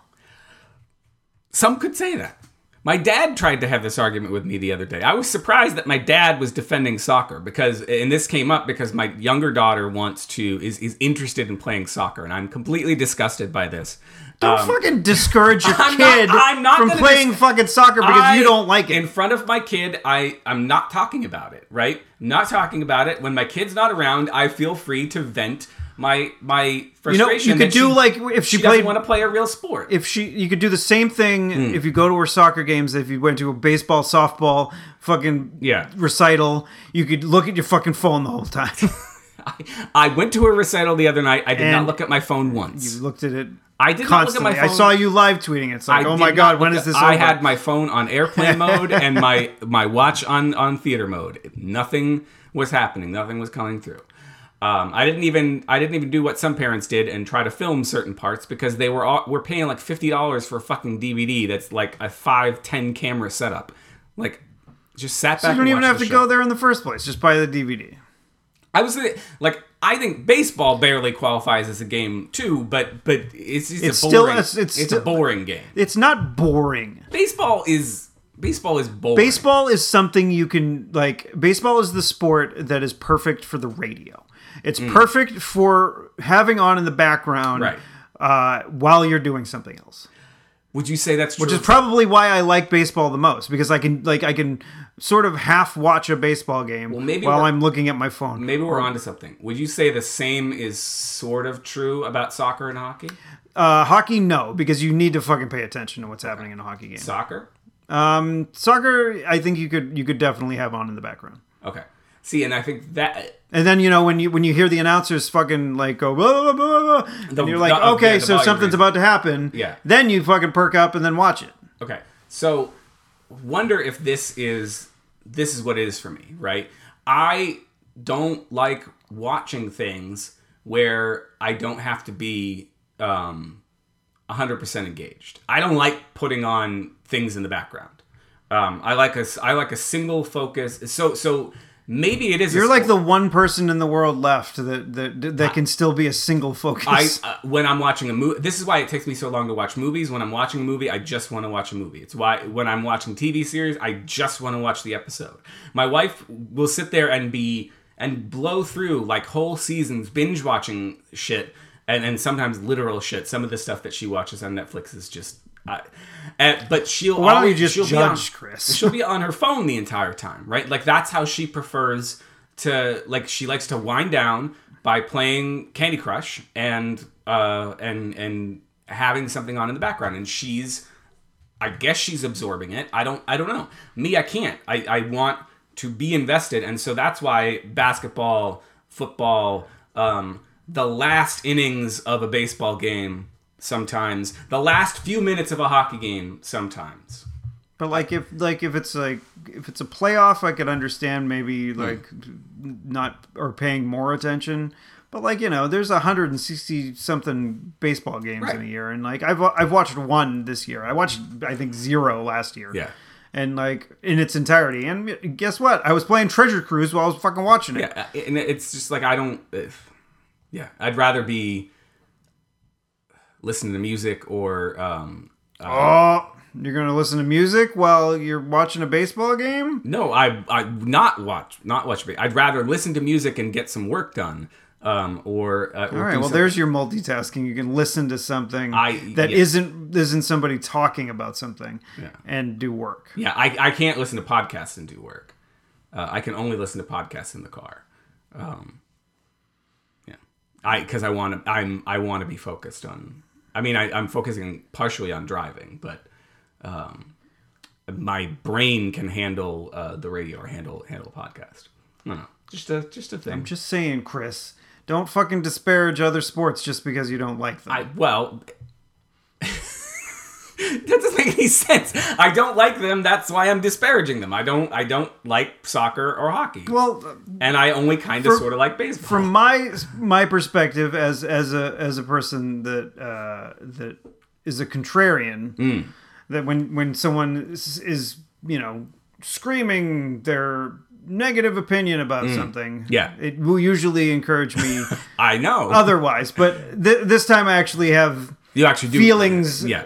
Speaker 2: Some could say that. My dad tried to have this argument with me the other day. I was surprised that my dad was defending soccer because, and this came up because my younger daughter wants to, is, is interested in playing soccer, and I'm completely disgusted by this. Um,
Speaker 1: Don't fucking discourage your
Speaker 2: I'm not-
Speaker 1: kid
Speaker 2: I'm not
Speaker 1: from
Speaker 2: gonna
Speaker 1: playing
Speaker 2: dis-
Speaker 1: fucking soccer because
Speaker 2: I-
Speaker 1: you don't like it.
Speaker 2: In front of my kid, I I'm not talking about it, right? I'm not talking about it. When my kid's not around, I feel free to vent my my
Speaker 1: you know,
Speaker 2: frustration.
Speaker 1: you
Speaker 2: that
Speaker 1: could do
Speaker 2: she,
Speaker 1: like if she,
Speaker 2: she
Speaker 1: played
Speaker 2: doesn't want to play a real sport.
Speaker 1: if she you could do the same thing
Speaker 2: Hmm.
Speaker 1: if you go to her soccer games if you went to a baseball softball fucking
Speaker 2: Yeah.
Speaker 1: recital you could look at your fucking phone the whole time
Speaker 2: I, I went to a recital the other night. I did
Speaker 1: And-
Speaker 2: not look at my phone once.
Speaker 1: you looked at it
Speaker 2: I did
Speaker 1: constantly
Speaker 2: not look at my
Speaker 1: i
Speaker 2: phone.
Speaker 1: saw you live tweeting it. it's like
Speaker 2: I
Speaker 1: oh
Speaker 2: did
Speaker 1: my
Speaker 2: not
Speaker 1: god
Speaker 2: look
Speaker 1: when is
Speaker 2: at-
Speaker 1: this
Speaker 2: I
Speaker 1: over
Speaker 2: had my phone on airplane mode and my my watch on on theater mode. Nothing was happening. Nothing was coming through. Um, I didn't even I didn't even do what some parents did and try to film certain parts because they were all, were paying like fifty dollars for a fucking DVD that's like a five ten camera setup. Like just sat
Speaker 1: you
Speaker 2: back.
Speaker 1: don't
Speaker 2: and
Speaker 1: even
Speaker 2: watched
Speaker 1: have
Speaker 2: the
Speaker 1: to
Speaker 2: show.
Speaker 1: go there in the first place just buy the dvd
Speaker 2: I was like, I think baseball barely qualifies as a game too, but but it's, it's,
Speaker 1: It's
Speaker 2: a
Speaker 1: still-
Speaker 2: boring.
Speaker 1: it's- it's
Speaker 2: a
Speaker 1: still-
Speaker 2: boring game.
Speaker 1: it's not boring
Speaker 2: Baseball is baseball is boring.
Speaker 1: baseball is something you can like baseball is the sport that is perfect for the radio it's perfect for having on in the background
Speaker 2: Mm. Right.
Speaker 1: uh, while you're doing something else
Speaker 2: Would you say that's true?
Speaker 1: which is probably why I like baseball the most because I can like I can sort of half watch a baseball game
Speaker 2: maybe
Speaker 1: while
Speaker 2: we're-
Speaker 1: I'm looking at my phone.
Speaker 2: Maybe we're onto something. Would you say the same is sort of true about soccer and hockey?
Speaker 1: Uh, hockey, no, because you need to fucking pay attention to what's happening in a hockey game.
Speaker 2: Soccer?
Speaker 1: Um, soccer, I think you could you could definitely have on in the background.
Speaker 2: Okay. See, and I think that
Speaker 1: And then you know when you when you hear the announcers fucking like go blah blah blah, blah
Speaker 2: The-
Speaker 1: and you're like
Speaker 2: the- uh,
Speaker 1: okay
Speaker 2: yeah, the
Speaker 1: so
Speaker 2: volume
Speaker 1: something's
Speaker 2: raise.
Speaker 1: about to happen
Speaker 2: Yeah.
Speaker 1: then you fucking perk up and then watch it
Speaker 2: Okay. So wonder if this is this is what it is for me, right? I don't like watching things where I don't have to be um 100% engaged. I don't like putting on things in the background. Um, I like a s- I like a single focus. So so maybe it is a
Speaker 1: you're like
Speaker 2: sport.
Speaker 1: the one person in the world left that that that can still be a single
Speaker 2: I
Speaker 1: focus
Speaker 2: uh, when I'm watching a movie, this is why it takes me so long to watch movies. When I'm watching a movie, I just want to watch a movie. It's why when I'm watching TV series, I just want to watch the episode. My wife will sit there and be and blow through like whole seasons binge watching shit and and sometimes literal shit. Some of the stuff that she watches on Netflix is just. I, uh, but she'll
Speaker 1: why don't you
Speaker 2: always-
Speaker 1: just
Speaker 2: she'll be on-
Speaker 1: judge Chris
Speaker 2: she'll be on her phone the entire time, right? Like that's how she prefers to like she likes to wind down by playing Candy Crush and uh and and having something on in the background and she's I guess she's absorbing it. I don't I don't know. Me, I can't. I, I want to be invested and so that's why basketball, football, um, the last innings of a baseball game sometimes, the last few minutes of a hockey game sometimes.
Speaker 1: But like if like if it's like if it's a playoff, I could understand
Speaker 2: Hmm.
Speaker 1: maybe like not or paying more attention. But like you know, there's 160 something baseball games in a
Speaker 2: Right.
Speaker 1: year, and like I've I've watched one this year. I watched I think zero last year.
Speaker 2: Yeah.
Speaker 1: And like in its entirety, and guess what? I was playing Treasure Cruise while I was fucking watching it.
Speaker 2: Yeah, uh, and it's just like I don't. If, yeah, I'd rather be listening to music or um,
Speaker 1: Oh, you're gonna listen to music while you're watching a baseball game?
Speaker 2: no, I I not watch not watch. ba- I'd rather listen to music and get some work done. Um, or uh,
Speaker 1: All right. Well, there's your multitasking. You can listen to something
Speaker 2: I-
Speaker 1: that
Speaker 2: yeah.
Speaker 1: not isn't somebody talking about something and do work.
Speaker 2: yeah. I I can't listen to podcasts and do work. Uh, I can only listen to podcasts in the car. Um, yeah, I because I want to. I'm I want to be focused on. I mean, I, I'm focusing partially on driving, but um, my brain can handle uh, the radio or handle handle a podcast. No, no, just a just a thing.
Speaker 1: I'm just saying, Chris, don't fucking disparage other sports just because you don't like them.
Speaker 2: I well. that doesn't make any sense. I don't like them. That's why I'm disparaging them. I don't. I don't like soccer or hockey.
Speaker 1: well,
Speaker 2: and I only kind of
Speaker 1: For-
Speaker 2: sort of like baseball.
Speaker 1: from my my perspective as as a as a person that uh, that is a contrarian, that when when someone is, is you know screaming their negative opinion about something,
Speaker 2: Yeah.
Speaker 1: it will usually encourage me.
Speaker 2: I know
Speaker 1: otherwise. But th- this time I actually have
Speaker 2: you actually do
Speaker 1: feelings-
Speaker 2: Yeah,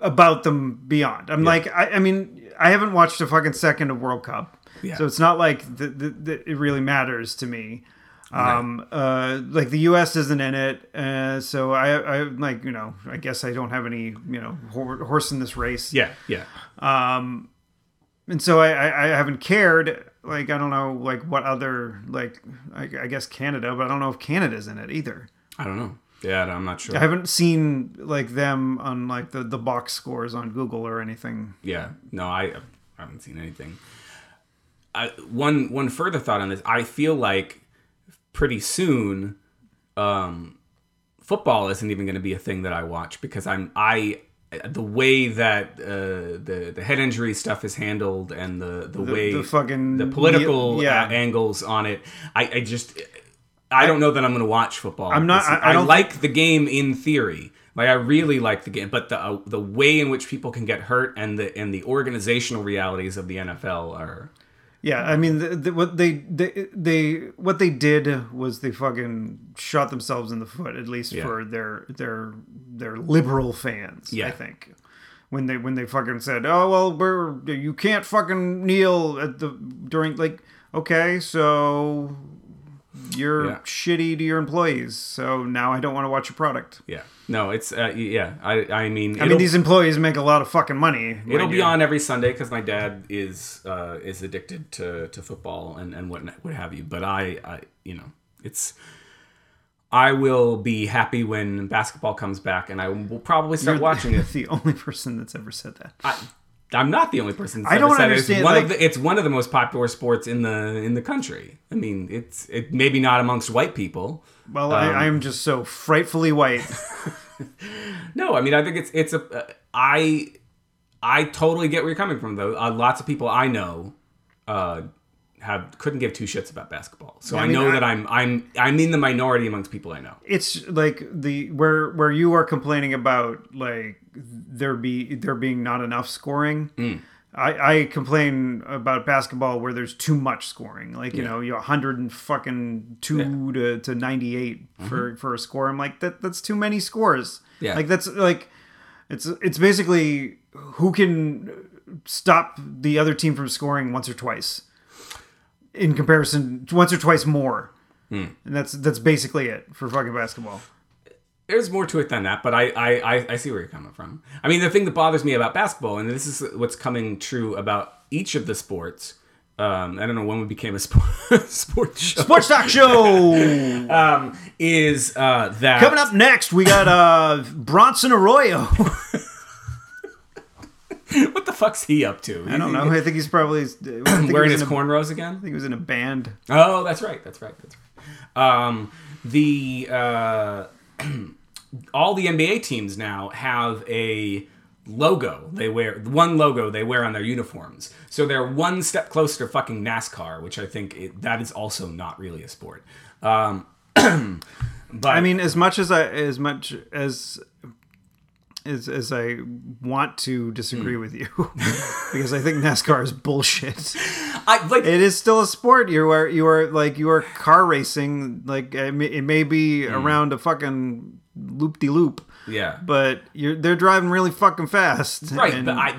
Speaker 1: about them beyond. I'm like, I, I mean, I haven't watched a fucking second of World Cup,
Speaker 2: Yeah.
Speaker 1: so it's not like th th th it really matters to me. Um, uh, like the U.S. isn't in it, uh, so I, I like you know, I guess I don't have any you know hor- horse in this race.
Speaker 2: yeah, yeah.
Speaker 1: and so I, I, I haven't cared. Like I don't know, like what other like I, I guess Canada, but I don't know if Canada's in it either.
Speaker 2: I don't know. Yeah, I'm not sure.
Speaker 1: I haven't seen like them on like the, the box scores on Google or anything.
Speaker 2: Yeah, no, I, I haven't seen anything. I, one one further thought on this. I feel like pretty soon, um, football isn't even going to be a thing that I watch because I'm I the way that uh, the the head injury stuff is handled and the the, way
Speaker 1: the fucking
Speaker 2: the political
Speaker 1: yeah.
Speaker 2: uh, angles on it. I, I just I don't know that I'm going to watch football. I'm
Speaker 1: not- I- I don't
Speaker 2: like the game in theory. Like I really like the game, but the uh, the way in which people can get hurt and the and the organizational realities of the NFL are
Speaker 1: Yeah, I mean, the, the, what they, they they what they did was they fucking shot themselves in the foot, at least for their their their liberal fans. I
Speaker 2: Yeah.
Speaker 1: think when they when they fucking said, "Oh well, we're you can't fucking kneel at the during like okay, so you're
Speaker 2: Yeah.
Speaker 1: shitty to your employees, so now I don't want to watch your product."
Speaker 2: yeah. No, it's uh, yeah. I I mean,
Speaker 1: I mean, these employees make a lot of fucking money. Mind
Speaker 2: It'll be
Speaker 1: you.
Speaker 2: on every Sunday because my dad is uh, is addicted to, to football and and what what have you. But I, I you know it's I will be happy when basketball comes back, and I will probably start watching it.
Speaker 1: the only person that's ever said that.
Speaker 2: I, I'm not the only person. That's
Speaker 1: I don't
Speaker 2: ever said It.
Speaker 1: understand,
Speaker 2: It's one
Speaker 1: like-
Speaker 2: of the it's one of the most popular sports in the in the country. I mean, it's it maybe not amongst white people.
Speaker 1: Well,
Speaker 2: um,
Speaker 1: I, I'm just so frightfully white.
Speaker 2: No, I mean, I think it's it's a uh, I I totally get where you're coming from though. Uh, lots of people I know uh, have couldn't give two shits about basketball. So I,
Speaker 1: mean,
Speaker 2: know
Speaker 1: I-
Speaker 2: that I'm I'm I'm in the minority amongst people I know.
Speaker 1: it's like the where where you are complaining about like there be there being not enough scoring. I, I complain about basketball where there's too much scoring. Like you know, you are hundred and fucking two to, to ninety for for a score. I'm like that that's too many scores.
Speaker 2: Yeah.
Speaker 1: like that's like it's it's basically who can stop the other team from scoring once or twice in comparison once or twice more. And that's that's basically it for fucking basketball.
Speaker 2: there's more to it than that, but I, I, I, I see where you're coming from. I mean, the thing that bothers me about basketball, and this is what's coming true about each of the sports. Um, I don't know when we became a sport, sports show.
Speaker 1: Sports Talk Show.
Speaker 2: Um, is uh, that
Speaker 1: Coming up next, we got uh, Bronson Arroyo.
Speaker 2: What the fuck's he up to?
Speaker 1: I don't know. I think he's probably I think he was
Speaker 2: Wearing his
Speaker 1: in a-
Speaker 2: cornrows again?
Speaker 1: I think he was in a band.
Speaker 2: Oh, that's right. That's right. That's right. Um, the uh, all the NBA teams now have a logo they wear one logo they wear on their uniforms so they're one step closer to fucking nascar which i think it, that is also not really a sport um but
Speaker 1: I mean, as much as I as much as as, as I want to disagree with you, because I think NASCAR is bullshit.
Speaker 2: i like
Speaker 1: It is still a sport. You are you are like you are car racing. Like I mean, it may be around a fucking loop de loop.
Speaker 2: yeah
Speaker 1: but you're they're driving really fucking fast.
Speaker 2: right
Speaker 1: and-
Speaker 2: but i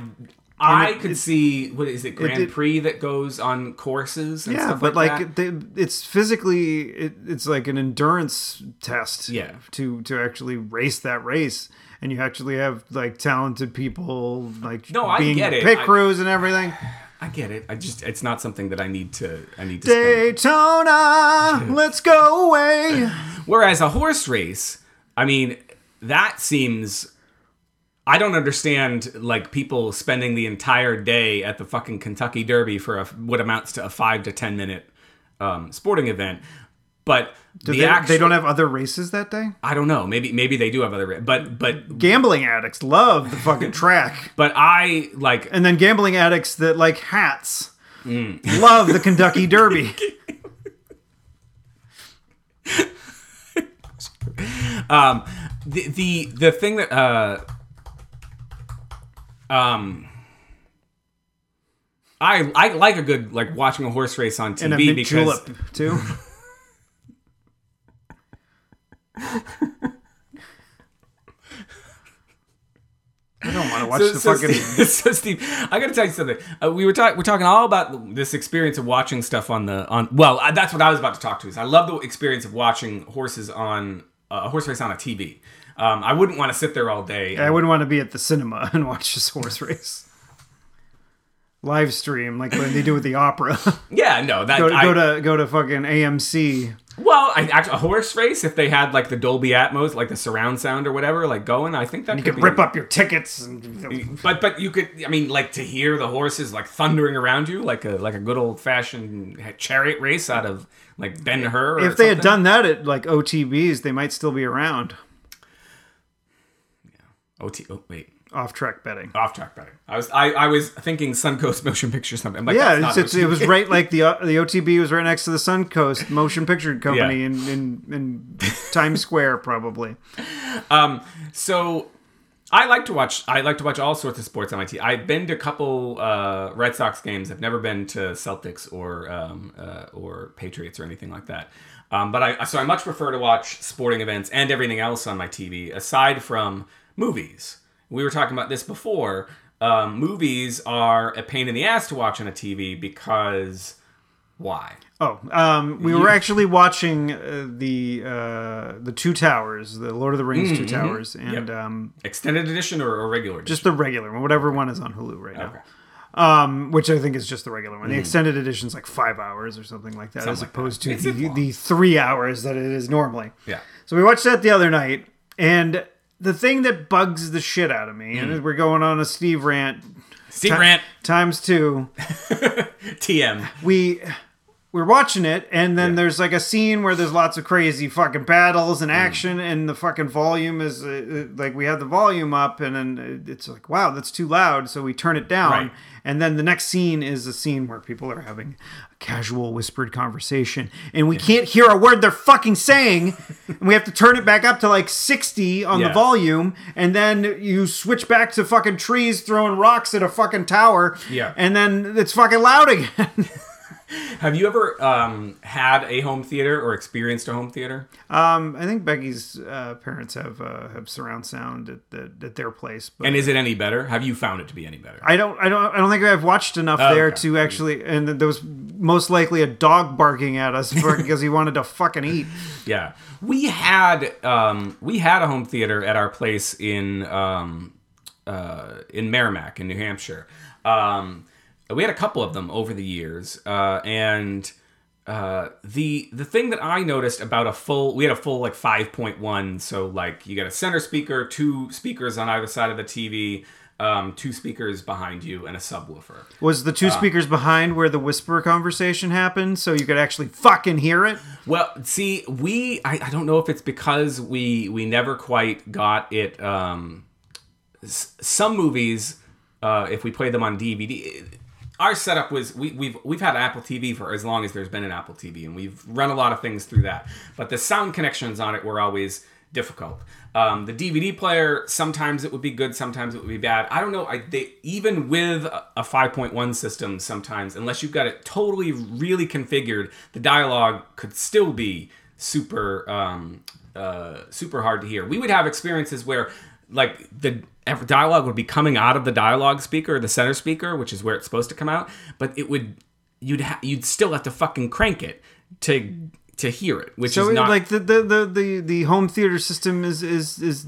Speaker 2: i could see what is it grand
Speaker 1: it-
Speaker 2: prix that goes on courses and
Speaker 1: yeah,
Speaker 2: stuff
Speaker 1: but
Speaker 2: like,
Speaker 1: like,
Speaker 2: that.
Speaker 1: they, it's physically it, it's like an endurance test.
Speaker 2: Yeah.
Speaker 1: to to actually race that race, and you actually have like talented people like
Speaker 2: No, I
Speaker 1: being
Speaker 2: get it.
Speaker 1: pit
Speaker 2: I-
Speaker 1: crews and everything.
Speaker 2: i get it i just it's not something that i need to i need to spend
Speaker 1: Daytona, let's go away.
Speaker 2: Whereas a horse race, I mean, that seems. I don't understand like people spending the entire day at the fucking Kentucky Derby for a, what amounts to a five to ten minute um, sporting event, but the
Speaker 1: they,
Speaker 2: actual,
Speaker 1: they don't have other races that day.
Speaker 2: I don't know. Maybe maybe they do have other, ra- but but
Speaker 1: Gambling addicts love the fucking track,
Speaker 2: but I like
Speaker 1: and then gambling addicts that like hats
Speaker 2: Mm.
Speaker 1: love the Kentucky Derby.
Speaker 2: um, the the the thing that uh, um. I, I like a good like watching a horse race on TV
Speaker 1: and a mint
Speaker 2: because
Speaker 1: julep too. I don't want to watch the fucking.
Speaker 2: Steve, so Steve, I gotta tell you something. Uh, we were talking. We're talking all about this experience of watching stuff on the on. Well, I, that's what I was about to talk to. Is I love the experience of watching horses on uh, a horse race on a TV. Um, I wouldn't want to sit there all day.
Speaker 1: I wouldn't want to be at the cinema and watch this horse race. Live stream like when they do with the opera.
Speaker 2: yeah, no, that
Speaker 1: go, to,
Speaker 2: I,
Speaker 1: go to go to fucking AMC.
Speaker 2: well, I, actually, a horse race if they had like the Dolby Atmos, like the surround sound or whatever, like going. I think that
Speaker 1: You
Speaker 2: could
Speaker 1: can
Speaker 2: be,
Speaker 1: rip up your tickets. And,
Speaker 2: But but you could I mean like to hear the horses like thundering around you like a like a good old fashioned chariot race out of like Ben Hur.
Speaker 1: if they had done that at like OTBs, they might still be around.
Speaker 2: OT, oh wait.
Speaker 1: Off track betting.
Speaker 2: off track betting. I was I, I was thinking Suncoast Motion Picture something. I'm like,
Speaker 1: Yeah,
Speaker 2: that's
Speaker 1: it's,
Speaker 2: not
Speaker 1: it's,
Speaker 2: motion
Speaker 1: it was right like the uh, the OTB was right next to the Suncoast Motion Picture Company
Speaker 2: Yeah.
Speaker 1: in, in in Times Square probably.
Speaker 2: picture. So I like to watch I like to watch all sorts of sports on my TV. I've been to a couple uh, Red Sox games. I've never been to Celtics or um, uh, or Patriots or anything like that. Um, but I so I much prefer to watch sporting events and everything else on my TV aside from movies. We were talking about this before. Um, movies are a pain in the ass to watch on a TV because why?
Speaker 1: Oh, um, we were actually watching uh, the uh, the Two Towers, the Lord of the Rings Two Towers, and
Speaker 2: Mm-hmm. Yep.
Speaker 1: um,
Speaker 2: Extended edition or, or regular? Edition?
Speaker 1: just the regular one, whatever one is on Hulu right now.
Speaker 2: Okay. Mm-hmm.
Speaker 1: Um, which I think is just the regular one. The extended edition's like five hours or something like that, as
Speaker 2: like
Speaker 1: opposed
Speaker 2: It's
Speaker 1: to
Speaker 2: a
Speaker 1: the,
Speaker 2: lot.
Speaker 1: the three hours that it is normally.
Speaker 2: yeah.
Speaker 1: So we watched that the other night, and the thing that bugs the shit out of me, and we're going on a Steve rant
Speaker 2: Steve Grant,
Speaker 1: times two.
Speaker 2: TM.
Speaker 1: we we're watching it and then there's like a scene where there's lots of crazy fucking battles
Speaker 2: Mm.
Speaker 1: and action and the fucking volume is uh, uh, like we have the volume up and then it's like wow that's too loud so we turn it down
Speaker 2: Right.
Speaker 1: and then the next scene is a scene where people are having a casual whispered conversation and we can't hear a word they're fucking saying and we have to turn it back up to like 60 on the
Speaker 2: Yeah.
Speaker 1: volume and then you switch back to fucking trees throwing rocks at a fucking tower
Speaker 2: Yeah.
Speaker 1: and then it's fucking loud again
Speaker 2: Have you ever um, had a home theater or experienced a home theater?
Speaker 1: Um, I think Becky's uh, parents have uh, have surround sound at, the, at their place, but
Speaker 2: And is it any better? Have you found it to be any better?
Speaker 1: I don't, I don't, I don't think I've watched enough there
Speaker 2: Oh, okay.
Speaker 1: to actually. And there was most likely a dog barking at us for- because he wanted to fucking eat.
Speaker 2: Yeah, we had um, we had a home theater at our place in um, uh, in Merrimack in New Hampshire. Um, we had a couple of them over the years, uh, and uh, the the thing that I noticed about a full we had a full like five point one, so like you got a center speaker, two speakers on either side of the TV. Um, two speakers behind you and a subwoofer.
Speaker 1: Was the two
Speaker 2: Ah.
Speaker 1: speakers behind where the whisper conversation happened, so you could actually fucking hear it?
Speaker 2: Well, see, we I, I don't know if it's because we we never quite got it. Um, s- some movies, uh, if we play them on DVD, our setup was we, we've we've had Apple TV for as long as there's been an Apple TV, and we've run a lot of things through that. But the sound connections on it were always difficult. Um, the DVD player sometimes it would be good, sometimes it would be bad. I don't know. I they, even with a a 5.1 system, sometimes unless you've got it totally really configured, the dialogue could still be super um, uh, super hard to hear. We would have experiences where like the ev- dialogue would be coming out of the dialogue speaker, the center speaker, which is where it's supposed to come out, but it would you'd ha- you'd still have to fucking crank it to to hear it, which
Speaker 1: So
Speaker 2: is not
Speaker 1: like the the, the the the home theater system is is is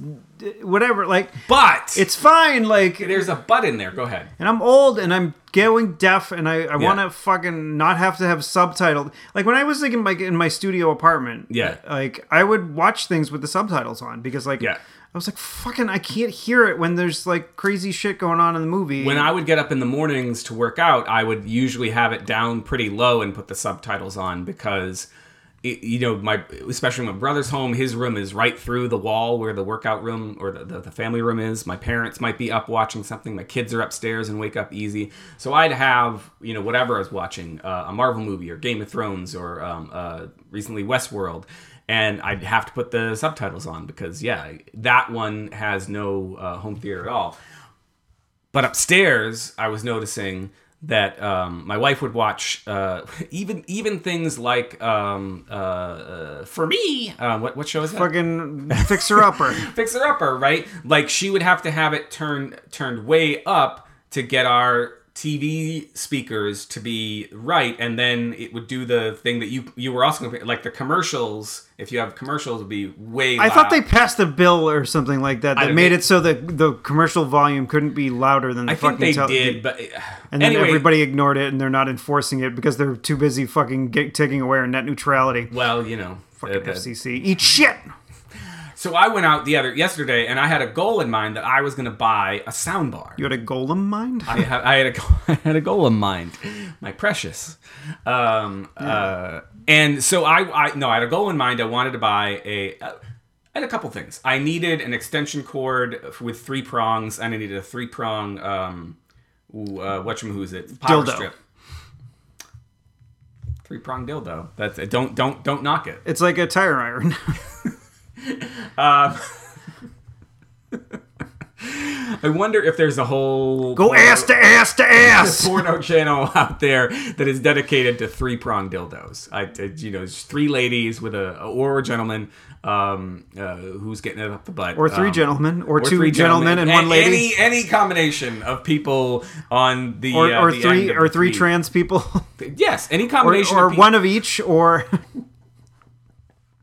Speaker 1: whatever. Like
Speaker 2: but
Speaker 1: it's fine. Like
Speaker 2: there's a but in there. Go ahead.
Speaker 1: and I'm old and I'm going deaf and I, I want to fucking not have to have subtitled. Like when I was like in my in my studio apartment,
Speaker 2: Yeah.
Speaker 1: like I would watch things with the subtitles on because like
Speaker 2: Yeah.
Speaker 1: I was like fucking I can't hear it when there's like crazy shit going on in the movie.
Speaker 2: When I would get up in the mornings to work out, I would usually have it down pretty low and put the subtitles on because it, you know my especially my brother's home his room is right through the wall where the workout room or the, the, the family room is my parents might be up watching something my kids are upstairs and wake up easy so i'd have you know whatever i was watching uh, a marvel movie or game of thrones or um, uh, recently westworld and i'd have to put the subtitles on because yeah that one has no uh, home theater at all but upstairs, I was noticing that um, my wife would watch uh, even even things like um, uh, uh, for me. Uh, what what show is that?
Speaker 1: fucking fixer upper.
Speaker 2: Fixer Upper, right? Like she would have to have it turned turned way up to get our TV speakers to be right, and then it would do the thing that you you were also gonna, like the commercials. If you have commercials, would be way.
Speaker 1: I thought
Speaker 2: loud.
Speaker 1: they passed a bill or something like that that
Speaker 2: don't-
Speaker 1: made
Speaker 2: they-
Speaker 1: it so that the commercial volume couldn't be louder than the
Speaker 2: I
Speaker 1: fucking
Speaker 2: think they
Speaker 1: tel-
Speaker 2: did, but
Speaker 1: And then
Speaker 2: anyway,
Speaker 1: everybody ignored it, and they're not enforcing it because they're too busy fucking get, taking away our net neutrality.
Speaker 2: Well, you know, uh,
Speaker 1: Fucking
Speaker 2: the- the-
Speaker 1: FCC, eat shit.
Speaker 2: So I went out the other yesterday, and I had a goal in mind that I was going to buy a sound bar.
Speaker 1: You had a golem mind?
Speaker 2: I had, I had a goal- I had a goal in mind, my precious. Um, uh, and so I, I no, I had a goal in mind. I wanted to buy a. uh, I had a couple things. I needed an extension cord with three prongs, and I needed a three prong. Um, ooh, uh, who's it? Power
Speaker 1: Dildo.
Speaker 2: Three prong dildo. That's it. Don't don't don't knock it.
Speaker 1: It's like a tire iron.
Speaker 2: I wonder if there's a whole
Speaker 1: Go Oh, ass to ass to ass.
Speaker 2: porno channel out there that is dedicated to three prong dildos. I, I- you know, it's three ladies with a or a gentleman um, uh, who's getting it up the butt,
Speaker 1: Or three
Speaker 2: Um,
Speaker 1: gentlemen, or,
Speaker 2: or
Speaker 1: two
Speaker 2: three
Speaker 1: gentlemen and one
Speaker 2: A-
Speaker 1: lady,
Speaker 2: Any any combination of people on the
Speaker 1: or,
Speaker 2: uh,
Speaker 1: or
Speaker 2: the end
Speaker 1: three
Speaker 2: of
Speaker 1: or
Speaker 2: the
Speaker 1: three
Speaker 2: feed.
Speaker 1: trans people,
Speaker 2: Yes, any
Speaker 1: or,
Speaker 2: combination
Speaker 1: or
Speaker 2: of people.
Speaker 1: one of each, or.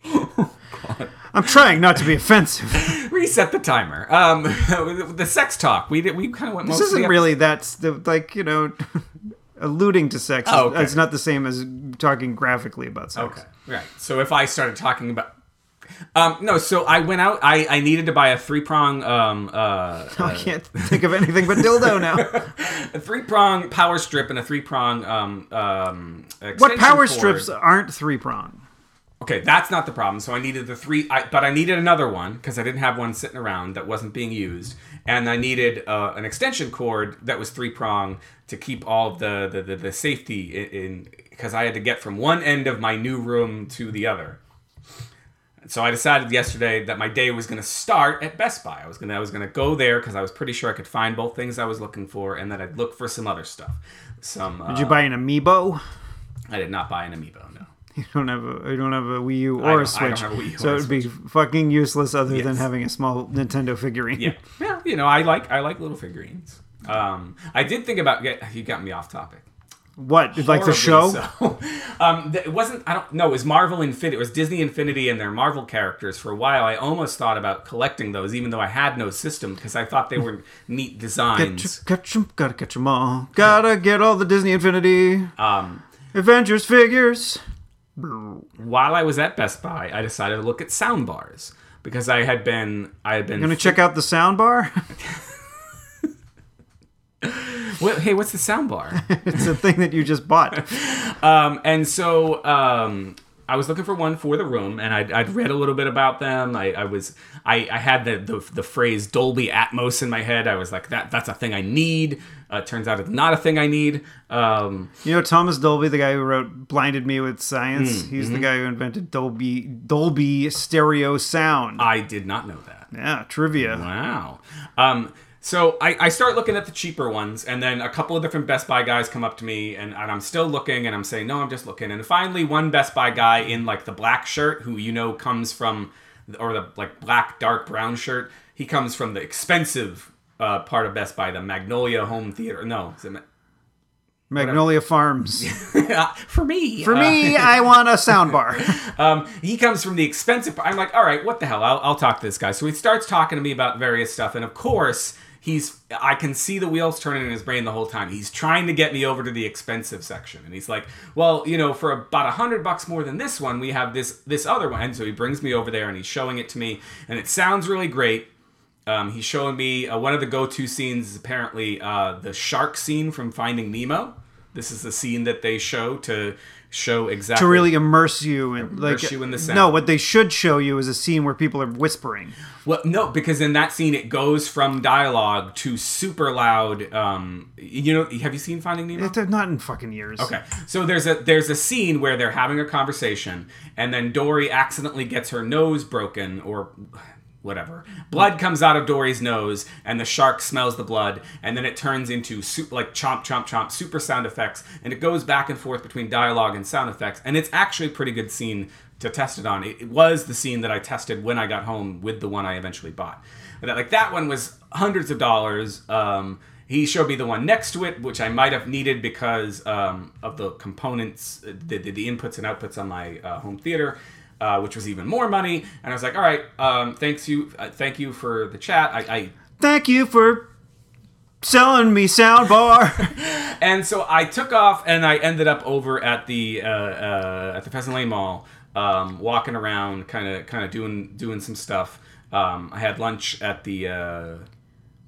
Speaker 1: I'm trying not to be offensive.
Speaker 2: Reset the timer. Um, the sex talk. We did, we kind of went.
Speaker 1: This isn't really that's the, like you know, alluding to sex.
Speaker 2: Oh, okay.
Speaker 1: It's not the same as talking graphically about sex.
Speaker 2: Okay. Right. So if I started talking about Um, no, so I went out. I, I needed to buy a three prong um, uh,
Speaker 1: I can't think of anything but dildo now.
Speaker 2: a three prong power strip and a three prong um, um,
Speaker 1: What
Speaker 2: extension
Speaker 1: power
Speaker 2: cord.
Speaker 1: strips aren't three prong?
Speaker 2: Okay, that's not the problem. So I needed the three, I, but I needed another one because I didn't have one sitting around that wasn't being used, and I needed uh, an extension cord that was three prong to keep all of the the, the, the safety i- in because I had to get from one end of my new room to the other. So I decided yesterday that my day was going to start at Best Buy. I was going to I was going to go there because I was pretty sure I could find both things I was looking for, and that I'd look for some other stuff. Some uh,
Speaker 1: Did you buy an amiibo?
Speaker 2: I did not buy an amiibo. No.
Speaker 1: You don't have a you don't have a Wii U
Speaker 2: I
Speaker 1: or a
Speaker 2: don't- I don't
Speaker 1: Switch,
Speaker 2: have a Wii U or
Speaker 1: so
Speaker 2: a
Speaker 1: it would be fucking useless other than
Speaker 2: Yes.
Speaker 1: having a small Nintendo figurine.
Speaker 2: yeah, yeah. You know, I like I like little figurines. Um, I did think about get you got me off topic.
Speaker 1: What like the
Speaker 2: Horribly
Speaker 1: show?
Speaker 2: So, um, th- it wasn't. I don't know. It was Marvel Infinity. It was Disney Infinity and their Marvel characters for a while. I almost thought about collecting those, even though I had no system because I thought they were neat designs.
Speaker 1: Catch 'em, gotta catch 'em all. Gotta get all the Disney Infinity
Speaker 2: Um,
Speaker 1: Avengers figures.
Speaker 2: while I was at Best Buy, I decided to look at sound bars because I had been I had been.
Speaker 1: Gonna check out the sound bar.
Speaker 2: Wha- hey, what's the sound bar?
Speaker 1: it's a thing that you just bought.
Speaker 2: Um, and so um, I was looking for one for the room, and I'd, I'd read a little bit about them. I, I was I, I had the, the the phrase Dolby Atmos in my head. I was like, that that's a thing I need. Uh, turns out it's not a thing I need. Um,
Speaker 1: You know Thomas Dolby, the guy who wrote "Blinded Me with Science."
Speaker 2: Hmm,
Speaker 1: He's
Speaker 2: mm-hmm.
Speaker 1: the guy who invented Dolby Dolby stereo sound.
Speaker 2: I did not know that.
Speaker 1: yeah, trivia.
Speaker 2: Wow. Um, so I, I start looking at the cheaper ones, and then a couple of different Best Buy guys come up to me, and, and I'm still looking, and I'm saying, no, I'm just looking. And finally, one Best Buy guy in like the black shirt, who you know comes from, or the like black, dark brown shirt, he comes from the expensive uh, part of Best Buy, the Magnolia Home Theater. No, is it Ma-
Speaker 1: Magnolia Farms.
Speaker 2: for me.
Speaker 1: For me, I want a sound bar.
Speaker 2: Um, he comes from the expensive. part. I'm like, all right, what the hell? I'll, I'll talk to this guy. So he starts talking to me about various stuff, and of course, he's. I can see the wheels turning in his brain the whole time. He's trying to get me over to the expensive section, and he's like, well, you know, for about a hundred bucks more than this one, we have this this other one. And so he brings me over there, and he's showing it to me, and it sounds really great. Um, he's showing me uh, one of the go-to scenes is apparently uh, the shark scene from Finding Nemo. This is the scene that they show to show exactly
Speaker 1: to really immerse you and like
Speaker 2: you in the
Speaker 1: no,
Speaker 2: sound.
Speaker 1: what they should show you is a scene where people are whispering.
Speaker 2: Well, no, because in that scene it goes from dialogue to super loud. Um, you know, have you seen Finding Nemo?
Speaker 1: It's not in fucking years.
Speaker 2: Okay, so there's a there's a scene where they're having a conversation, and then Dory accidentally gets her nose broken or whatever. Blood comes out of Dory's nose, and the shark smells the blood, and then it turns into soup like chomp chomp chomp super sound effects, and it goes back and forth between dialogue and sound effects, and it's actually a pretty good scene to test it on. It, it was the scene that I tested when I got home with the one I eventually bought. And that, like that one was hundreds of dollars. Um, he showed me the one next to it, which I might have needed because um, of the components, uh, the, the, the inputs and outputs on my uh, home theater, uh, which was even more money. And I was like, "All right, um, thanks you, uh, thank you for the chat." I,
Speaker 1: Thank you for selling me sound bar.
Speaker 2: I and so I took off, and I ended up over at the uh, uh, at the Pheasant Lane Mall, um, walking around, kind of kind of doing doing some stuff. Um, I had lunch at the uh,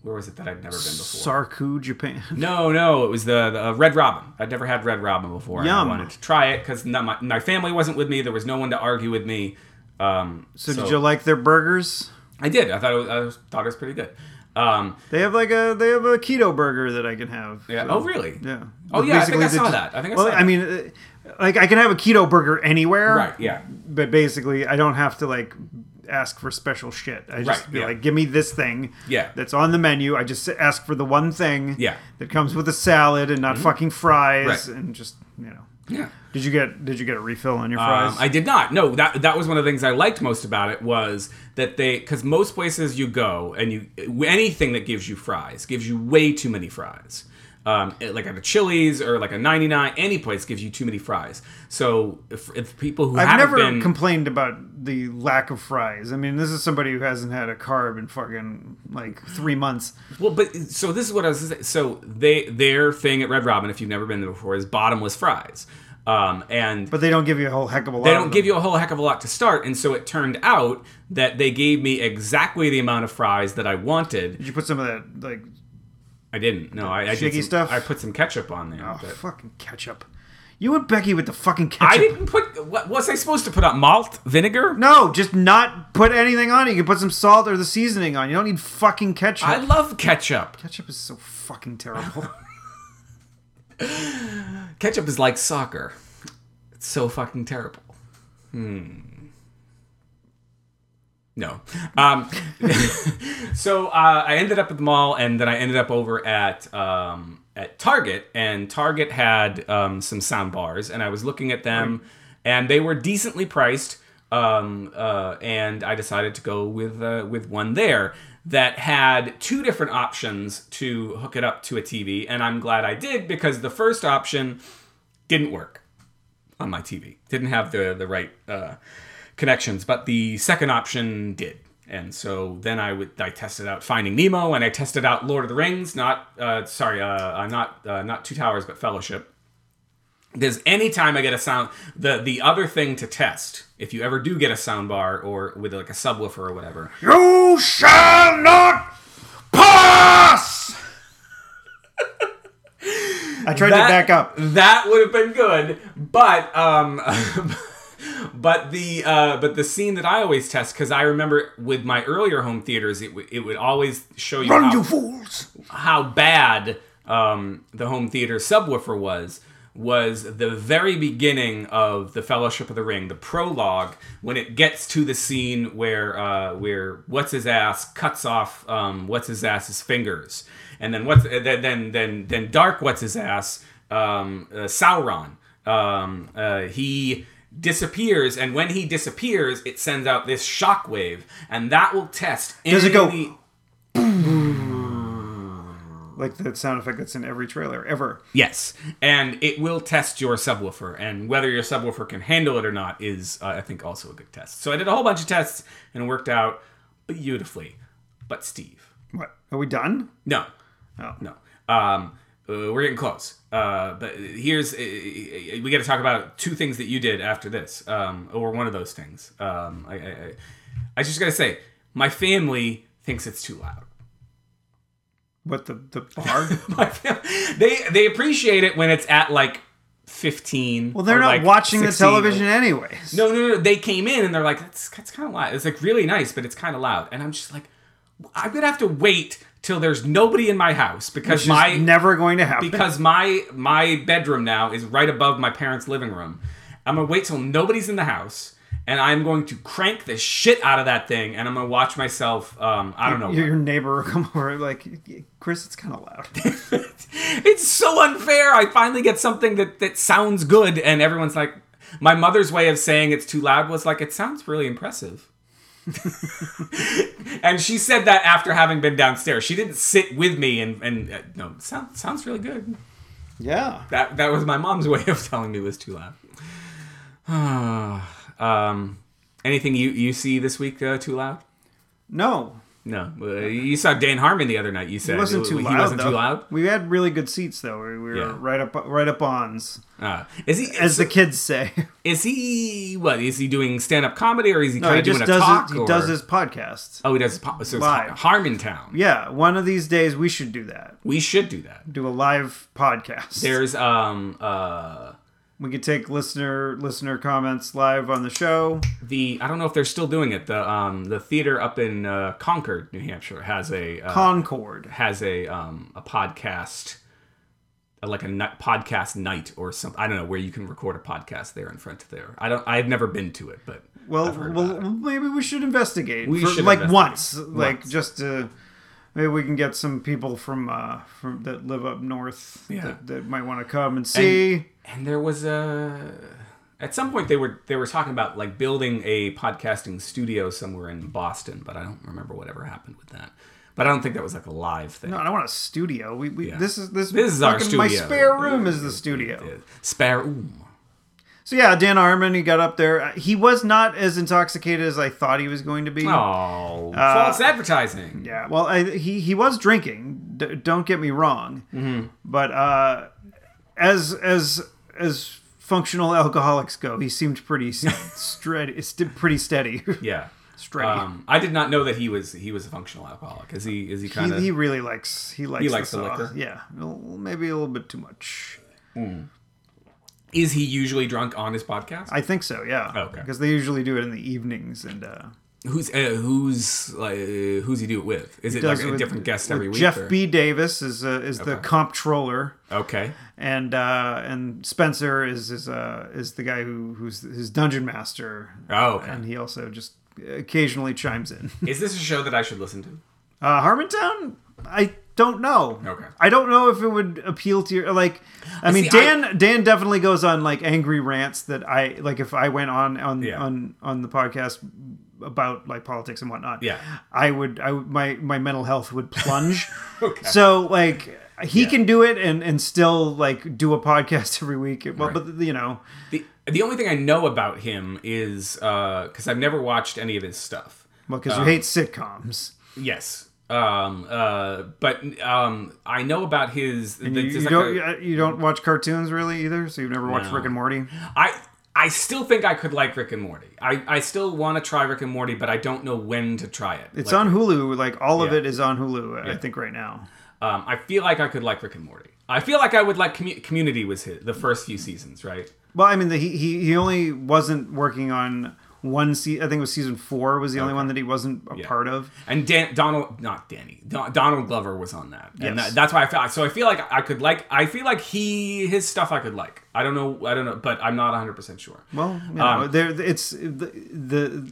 Speaker 2: where was it that I'd never been before?
Speaker 1: Sarku, Japan.
Speaker 2: No, no, it was the, the uh, Red Robin. I'd never had Red Robin before. And I
Speaker 1: Yum.
Speaker 2: wanted to try it because my, my family wasn't with me. There was no one to argue with me. Um,
Speaker 1: So, did you like their burgers?
Speaker 2: I did. I thought it was, I was- thought it was pretty good. Um,
Speaker 1: They have like a they have a keto burger that I can have.
Speaker 2: yeah.
Speaker 1: So,
Speaker 2: Oh, really?
Speaker 1: Yeah.
Speaker 2: Oh,
Speaker 1: But
Speaker 2: yeah. I think
Speaker 1: basically
Speaker 2: I
Speaker 1: they
Speaker 2: saw
Speaker 1: just-
Speaker 2: that. I think I
Speaker 1: well,
Speaker 2: saw that.
Speaker 1: I mean, uh, like I can have a keto burger anywhere.
Speaker 2: right. Yeah.
Speaker 1: but basically I don't have to like ask for special shit. I just
Speaker 2: Right,
Speaker 1: be
Speaker 2: yeah.
Speaker 1: like, give me this thing
Speaker 2: Yeah.
Speaker 1: that's on the menu. I just ask for the one thing
Speaker 2: Yeah. Mm-hmm.
Speaker 1: that comes with a salad and not fucking fries
Speaker 2: Right.
Speaker 1: and just you know.
Speaker 2: Yeah.
Speaker 1: Did you get did you get a refill on your fries?
Speaker 2: Um, I did not. No, that that was one of the things I liked most about it was that they because most places you go and you anything that gives you fries gives you way too many fries. Um, it- like at a Chili's or like a 99, any place gives you too many fries. So if, if people who
Speaker 1: I've
Speaker 2: haven't
Speaker 1: never
Speaker 2: been,
Speaker 1: complained about the lack of fries. I mean, this is somebody who hasn't had a carb in fucking like three months.
Speaker 2: Well, but so this is what I was. So they their thing at Red Robin, if you've never been there before, is bottomless fries. Um, and
Speaker 1: But they don't give you a whole heck of a lot.
Speaker 2: they don't give you a whole heck of a lot to start. And so it turned out that they gave me exactly the amount of fries that I wanted.
Speaker 1: Did you put some of that like
Speaker 2: I didn't. No, I, I did
Speaker 1: Shaky
Speaker 2: some-
Speaker 1: stuff? Oh.
Speaker 2: I put some ketchup on there. but-
Speaker 1: fucking ketchup? You and Becky with the fucking ketchup.
Speaker 2: I didn't put. What was I supposed to put on malt vinegar?
Speaker 1: No, just not put anything on it. You can put some salt or the seasoning on. You don't need fucking ketchup.
Speaker 2: I love ketchup.
Speaker 1: Ketchup is so fucking terrible.
Speaker 2: Ketchup is like soccer. It's so fucking terrible. Hmm. No. Um, so uh, I ended up at the mall, and then I ended up over at um, at Target, and Target had um, some sound bars, and I was looking at them, and they were decently priced. Um, uh, and I decided to go with uh, with one there that had two different options to hook it up to a TV, and I'm glad I did because the first option didn't work on my TV. Didn't have the the right uh, connections, but the second option did. And so then I would I tested out Finding Nemo and I tested out Lord of the Rings, not uh, sorry, uh, uh, not uh, not Two Towers, but Fellowship. Because anytime I get a sound, the the other thing to test, if you ever do get a sound bar or with like a subwoofer or whatever,
Speaker 1: you shall not pass. I tried to back up.
Speaker 2: That would have been good, but um, but the uh, but the scene that I always test because I remember with my earlier home theaters, it w- it would always show you
Speaker 1: Run,
Speaker 2: how,
Speaker 1: you fools!
Speaker 2: how bad um, the home theater subwoofer was. Was the very beginning of the Fellowship of the Ring, the prologue, when it gets to the scene where uh, where what's his ass cuts off um, what's his ass's fingers, and then what's then then then, then dark what's his ass um, uh, Sauron. Um, uh, he disappears, and when he disappears, it sends out this shockwave, and that will test.
Speaker 1: Does it go-
Speaker 2: any-
Speaker 1: Like the sound effect that's in every trailer ever.
Speaker 2: Yes, and it will test your subwoofer, and whether your subwoofer can handle it or not is, uh, I think, also a good test. So I did a whole bunch of tests and it worked out beautifully. But Steve,
Speaker 1: What? Are we done?
Speaker 2: no,
Speaker 1: Oh.
Speaker 2: no, um, uh, we're getting close. Uh, but here's uh, we got to talk about two things that you did after this, um, or one of those things. Um, I, I, I, I just gotta say, my family thinks it's too loud.
Speaker 1: What the the bar?
Speaker 2: My fam- they they appreciate it when it's at like 15
Speaker 1: Well, they're not watching the television anyways.
Speaker 2: no no no they came in and they're like that's, that's kind of loud it's like really nice but it's kind of loud and i'm just like i'm gonna have to wait till there's nobody in my house because
Speaker 1: it's
Speaker 2: my
Speaker 1: never going to happen.
Speaker 2: because my my bedroom now is right above my parents' living room. I'm gonna wait till nobody's in the house, and I'm going to crank the shit out of that thing, and I'm gonna watch myself. Um, I don't know.
Speaker 1: your, your neighbor will come over like, Chris, it's kind of loud.
Speaker 2: it's so unfair. I finally get something that that sounds good, and everyone's like, my mother's way of saying it's too loud was like, it sounds really impressive. and she said that after having been downstairs. She didn't sit with me and and uh, no, sound, sounds really good.
Speaker 1: yeah.
Speaker 2: That that was my mom's way of telling me it was too loud. um, anything you you see this week uh, too loud?
Speaker 1: No,
Speaker 2: No, Uh, you saw Dan Harmon the other night. You said Uh,
Speaker 1: it wasn't too
Speaker 2: he
Speaker 1: loud.
Speaker 2: wasn't
Speaker 1: though.
Speaker 2: too loud.
Speaker 1: We had really good seats though. We were
Speaker 2: Yeah.
Speaker 1: right up, right up ons,
Speaker 2: Uh, is he
Speaker 1: as
Speaker 2: is,
Speaker 1: the kids say.
Speaker 2: he what is he doing stand up comedy or is he
Speaker 1: No,
Speaker 2: kind
Speaker 1: he
Speaker 2: of doing
Speaker 1: just
Speaker 2: a
Speaker 1: does
Speaker 2: talk?
Speaker 1: it. He
Speaker 2: or-
Speaker 1: does his podcast.
Speaker 2: Oh, he does. his pop- So
Speaker 1: Live.
Speaker 2: it's Harmon Town.
Speaker 1: Yeah, one of these days we should do that.
Speaker 2: We should do that.
Speaker 1: Do a live podcast.
Speaker 2: There's um uh
Speaker 1: We could take listener listener comments live on the show.
Speaker 2: the I don't know if they're still doing it. The um the theater up in uh, Concord, New Hampshire has a uh,
Speaker 1: Concord.
Speaker 2: has a um a podcast uh, like a ni- podcast night or something i don't know where you can record a podcast there in front of there i don't i've never been to it but
Speaker 1: Well,
Speaker 2: I've heard
Speaker 1: well,
Speaker 2: about
Speaker 1: maybe we should investigate.
Speaker 2: We
Speaker 1: for-
Speaker 2: should
Speaker 1: like
Speaker 2: investigate.
Speaker 1: once, like
Speaker 2: Once.
Speaker 1: just to maybe we can get some people from uh from that live up north
Speaker 2: Yeah.
Speaker 1: that, that might want to come and see.
Speaker 2: and there was a at some point they were they were talking about like building a podcasting studio somewhere in boston but i don't remember whatever happened with that but i don't think that was like a live thing
Speaker 1: No, I don't want a studio. We, we
Speaker 2: Yeah.
Speaker 1: this is this,
Speaker 2: This is our
Speaker 1: fucking- My
Speaker 2: studio.
Speaker 1: spare room is the studio.
Speaker 2: Uh, spare room.
Speaker 1: So yeah, Dan Harmon, he got up there. Uh, He was not as intoxicated as I thought he was going to be.
Speaker 2: oh false advertising
Speaker 1: Uh, Yeah, well, I, he he was drinking. D-
Speaker 2: Mm-hmm.
Speaker 1: don't get me wrong, but uh, as as as functional alcoholics go, he seemed pretty s- steady. st- Pretty steady.
Speaker 2: Yeah.
Speaker 1: Steady.
Speaker 2: Um, I did not know that he was he was a functional alcoholic. Is he is he kind
Speaker 1: he, he
Speaker 2: of
Speaker 1: really likes. He likes.
Speaker 2: likes
Speaker 1: the,
Speaker 2: the
Speaker 1: sauce.
Speaker 2: liquor?
Speaker 1: Yeah, Well, maybe a little bit too much.
Speaker 2: is he usually drunk on his podcast?
Speaker 1: I think so. Yeah.
Speaker 2: Oh, Okay.
Speaker 1: Because they usually do it in the evenings and. uh
Speaker 2: Who's uh, who's like uh, who's he do it with? Is it like
Speaker 1: does
Speaker 2: a
Speaker 1: it with-
Speaker 2: different guest
Speaker 1: with
Speaker 2: every week?
Speaker 1: Jeff
Speaker 2: or-
Speaker 1: B. Davis is uh, is the comptroller,
Speaker 2: Okay.
Speaker 1: and uh, and Spencer is is uh, is the guy who who's his dungeon master,
Speaker 2: Oh, okay.
Speaker 1: and he also just occasionally chimes in.
Speaker 2: Is this a show that I should listen to?
Speaker 1: Uh, Harmontown, I don't know.
Speaker 2: Okay.
Speaker 1: I don't know if it would appeal to your like. I mean,
Speaker 2: see,
Speaker 1: Dan Dan definitely goes on like angry rants that I like. If I went on on
Speaker 2: Yeah.
Speaker 1: on on the podcast about like politics and whatnot,
Speaker 2: Yeah.
Speaker 1: I would. I would, my my mental health would plunge.
Speaker 2: Okay.
Speaker 1: So like he can do it and and still like do a podcast every week. Well, but you know,
Speaker 2: The the only thing I know about him is because I've never watched any of his stuff.
Speaker 1: because
Speaker 2: Um,
Speaker 1: you hate sitcoms.
Speaker 2: Yes. Um. Uh. But um. I know about his.
Speaker 1: You,
Speaker 2: the-
Speaker 1: you
Speaker 2: there's like
Speaker 1: don't
Speaker 2: a-
Speaker 1: you don't watch cartoons really either, so you've never watched
Speaker 2: No.
Speaker 1: Rick and Morty.
Speaker 2: I I still think I could like Rick and Morty. I, I still want to try Rick and Morty, but I don't know when to try it.
Speaker 1: It's
Speaker 2: Like,
Speaker 1: on Hulu. Like all of
Speaker 2: Yeah.
Speaker 1: it is on Hulu. I think right now.
Speaker 2: Um, I feel like I could like Rick and Morty. I feel like I would like commu- Community was hit the first few seasons, right?
Speaker 1: Well, I mean, the, he he he only wasn't working on one. Se- I think it was season four was the only one that he wasn't a part of.
Speaker 2: And Dan, Donald, not Danny, Don, Donald Glover was on that,
Speaker 1: Yes.
Speaker 2: and that, that's why I felt. So I feel like I could like. I feel like he his stuff I could like. I don't know. I don't know, but I'm not 100 percent sure.
Speaker 1: Well, you know,
Speaker 2: Um,
Speaker 1: there it's the, the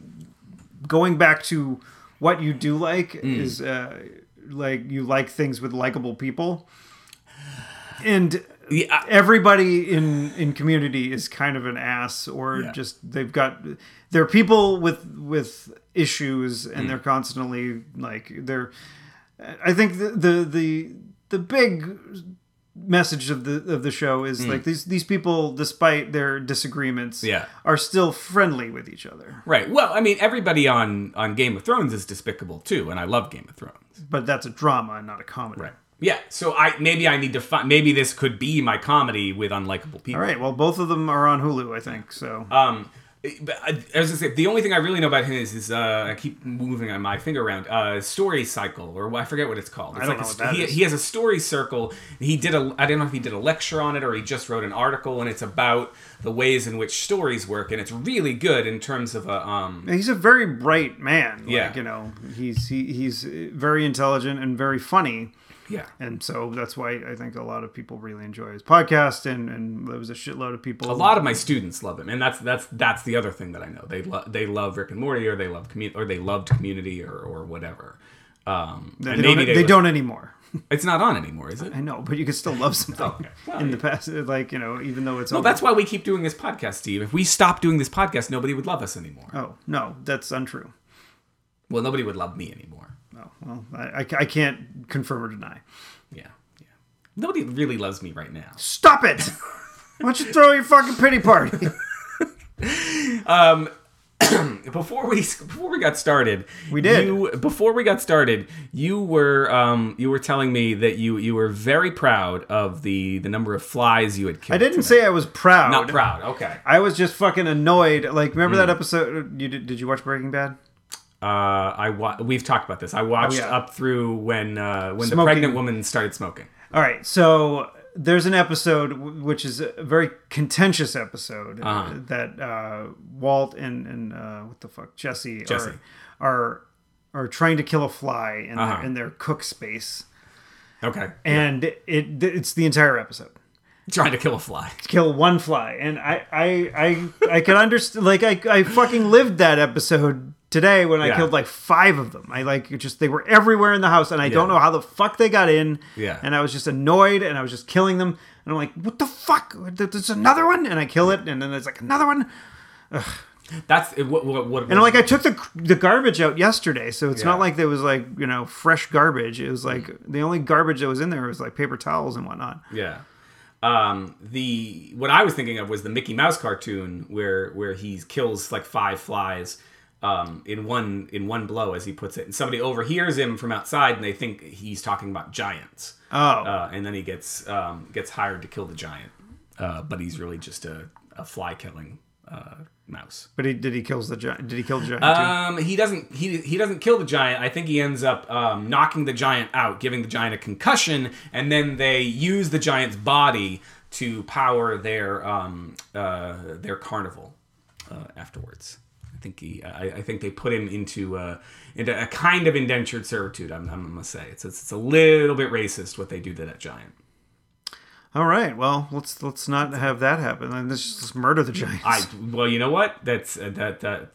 Speaker 1: going back to what you do like
Speaker 2: Hmm.
Speaker 1: is uh, like you like things with likable people, and
Speaker 2: Yeah, I-
Speaker 1: everybody in in community is kind of an ass or just they've got they're people with with issues
Speaker 2: Mm.
Speaker 1: and they're constantly like they're i think the the the, the big message of the of the show is like these these people despite their disagreements
Speaker 2: Mm. Yeah.
Speaker 1: are still friendly with each other
Speaker 2: right. Well, I mean, everybody on on Game of Thrones is despicable too, and I love Game of Thrones.
Speaker 1: but that's a drama and not a comedy
Speaker 2: Right. Yeah. So I maybe I need to find maybe this could be my comedy with unlikable people.
Speaker 1: all right well both of them are on hulu i think so
Speaker 2: Um, but I, I was gonna say the only thing I really know about him is, is uh, I keep moving my finger around. Uh, story cycle, or I forget what it's called. It's
Speaker 1: don't
Speaker 2: like a
Speaker 1: know what
Speaker 2: st-
Speaker 1: that
Speaker 2: he,
Speaker 1: is.
Speaker 2: he has a story circle. He did a I don't know if he did a lecture on it or he just wrote an article, and it's about the ways in which stories work, and it's really good in terms of a um,
Speaker 1: He's a very bright man. Like,
Speaker 2: Yeah.
Speaker 1: you know, he's he, he's very intelligent and very funny.
Speaker 2: yeah.
Speaker 1: And so that's why I think a lot of people really enjoy his podcast, and, and there was a shitload of people.
Speaker 2: A lot of my students love him, and that's that's that's the other thing that I know. They lo- they love Rick and Morty, or they love commu- or they loved Community, or or whatever. Um,
Speaker 1: they, don't,
Speaker 2: and
Speaker 1: they,
Speaker 2: maybe they, listen-
Speaker 1: don't anymore.
Speaker 2: It's not on anymore, is it?
Speaker 1: I know, but you can still love something
Speaker 2: Well,
Speaker 1: in the past. Like you know, even though it's
Speaker 2: Well, Oh, that's why we keep doing this podcast, Steve. If we stopped doing this podcast, nobody would love us anymore.
Speaker 1: oh no, that's untrue.
Speaker 2: Well, nobody would love me anymore.
Speaker 1: Oh well, I, I, I can't confirm or deny.
Speaker 2: Yeah, yeah. Nobody really loves me right now.
Speaker 1: Stop it! Why don't you throw your fucking pity party?
Speaker 2: Before we before we got started, we
Speaker 1: did.
Speaker 2: You, before we got started, you were um you were telling me that you you were very proud of the the number of flies you had killed.
Speaker 1: I didn't say I was proud.
Speaker 2: Not proud. Hmm. Okay.
Speaker 1: I was just fucking annoyed. Like, remember that episode? You did, did you watch Breaking Bad?
Speaker 2: Uh, I wa- we've talked about this. I watched
Speaker 1: Oh, yeah.
Speaker 2: up through when uh, when the
Speaker 1: Smoking.
Speaker 2: pregnant woman started smoking.
Speaker 1: All right, so there's an episode w- which is a very contentious episode
Speaker 2: Uh-huh.
Speaker 1: that uh, Walt and and uh, what the fuck Jesse,
Speaker 2: Jesse.
Speaker 1: are are are trying to kill a fly in
Speaker 2: Uh-huh.
Speaker 1: their, in their cook space,
Speaker 2: Okay.
Speaker 1: and it it's the entire episode
Speaker 2: Trying to kill a fly.
Speaker 1: kill one fly and i i i, I can understand like I, I fucking lived that episode today when i
Speaker 2: Yeah.
Speaker 1: killed like five of them i like just they were everywhere in the house and i don't
Speaker 2: Yeah.
Speaker 1: know how the fuck they got in
Speaker 2: Yeah.
Speaker 1: and i was just annoyed and i was just killing them and i'm like what the fuck Th- there's another one and i kill it and then there's like another one
Speaker 2: That's what what what.
Speaker 1: and like i took the the garbage out yesterday so it's
Speaker 2: Yeah.
Speaker 1: not like there was like you know fresh garbage it was like the only garbage that was in there was like paper towels and whatnot
Speaker 2: Yeah. Um, the what I was thinking of was the Mickey Mouse cartoon where where he kills like five flies um, in one in one blow, as he puts it, and somebody overhears him from outside, and they think he's talking about giants.
Speaker 1: oh
Speaker 2: Uh, and then he gets um, gets hired to kill the giant, uh, but Uh, he's really just a, a a fly killing uh, mouse.
Speaker 1: But he did he kills the giant? Did he kill the giant too?
Speaker 2: Um, he doesn't. He he doesn't kill the giant. I think he ends up um, knocking the giant out, giving the giant a concussion, and then they use the giant's body to power their um, uh, their carnival uh, afterwards. I think he. I, I think they put him into uh, into a kind of indentured servitude. I'm, I'm gonna say it's, it's it's a little bit racist what they do to that giant.
Speaker 1: All right. Well, let's let's not have that happen. And let's just let's murder the giants.
Speaker 2: I well, you know what? That's uh, that that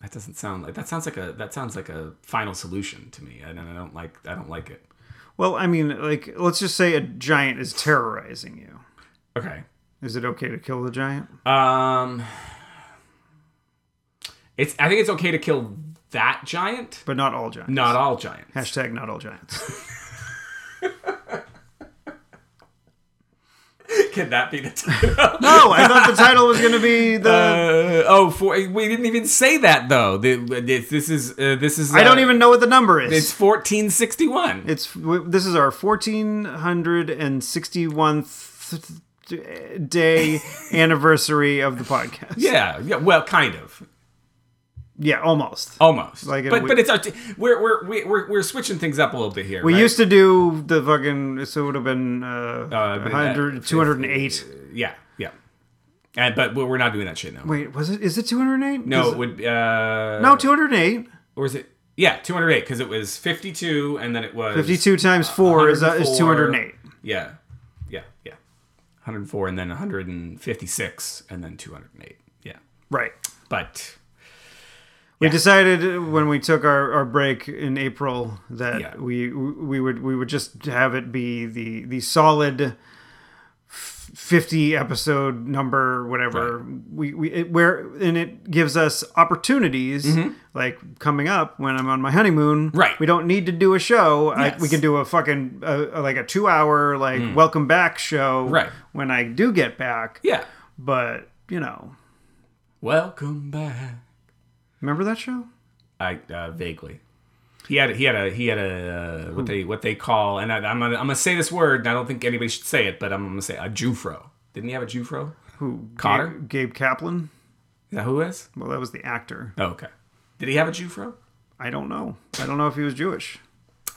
Speaker 2: that doesn't sound like that sounds like a that sounds like a final solution to me, and I don't like I don't like it.
Speaker 1: well, I mean, like let's just say a giant is terrorizing you.
Speaker 2: Okay.
Speaker 1: Is it okay to kill the giant?
Speaker 2: Um. It's I think it's okay to kill that giant,
Speaker 1: But not all giants.
Speaker 2: not all giants.
Speaker 1: Hashtag not all giants.
Speaker 2: Can that be the title?
Speaker 1: no, I thought the title was going to be the.
Speaker 2: Uh, oh, for, we didn't even say that though. The, this, this is uh, this is.
Speaker 1: I don't
Speaker 2: uh,
Speaker 1: even know what the number is.
Speaker 2: It's
Speaker 1: It's,
Speaker 2: fourteen sixty one.
Speaker 1: w- this is our fourteen hundred and sixty one day anniversary of the podcast.
Speaker 2: Yeah, yeah. Well, kind of.
Speaker 1: Yeah, almost.
Speaker 2: Almost.
Speaker 1: Like in
Speaker 2: but
Speaker 1: a
Speaker 2: but it's our t- we're, we're we- we're we're switching things up a little bit here.
Speaker 1: We
Speaker 2: right?
Speaker 1: used to do the fucking. So it would have been uh,
Speaker 2: Uh, but that-
Speaker 1: 100, 208.
Speaker 2: yeah yeah, and but we're not doing that shit now.
Speaker 1: Wait, was it? Is it two hundred eight?
Speaker 2: No, it would uh
Speaker 1: no, two hundred eight.
Speaker 2: or is it yeah two hundred eight because it was fifty two and then it was
Speaker 1: Fifty two times four is uh, is two hundred eight.
Speaker 2: Yeah, yeah, yeah, one hundred four and then one hundred and fifty six and then two hundred eight. Yeah,
Speaker 1: Right.
Speaker 2: but
Speaker 1: We decided when we took our, our break in April that
Speaker 2: Yeah.
Speaker 1: we we would we would just have it be the the solid f- fifty episode number whatever we, we it, where and it gives us opportunities like coming up when I'm on my honeymoon
Speaker 2: Mm-hmm. Right.
Speaker 1: we don't need to do a show I, we
Speaker 2: Yes. Mm.
Speaker 1: can do a fucking uh, like a two hour like welcome back show
Speaker 2: Right.
Speaker 1: when I do get back
Speaker 2: yeah,
Speaker 1: but you know
Speaker 2: welcome back.
Speaker 1: remember that show
Speaker 2: I uh, vaguely. He had he had a he had a uh, what they what they call and I, I'm gonna I'm gonna say this word and I don't think anybody should say it but I'm gonna say a Jufro. Didn't he have a Jufro?
Speaker 1: who
Speaker 2: Cotter?
Speaker 1: Gabe, Gabe Kaplan.
Speaker 2: Is that who it is?
Speaker 1: Well, that was the actor.
Speaker 2: Oh, okay. Did he have a Jufro?
Speaker 1: I don't know. I don't know if he was Jewish,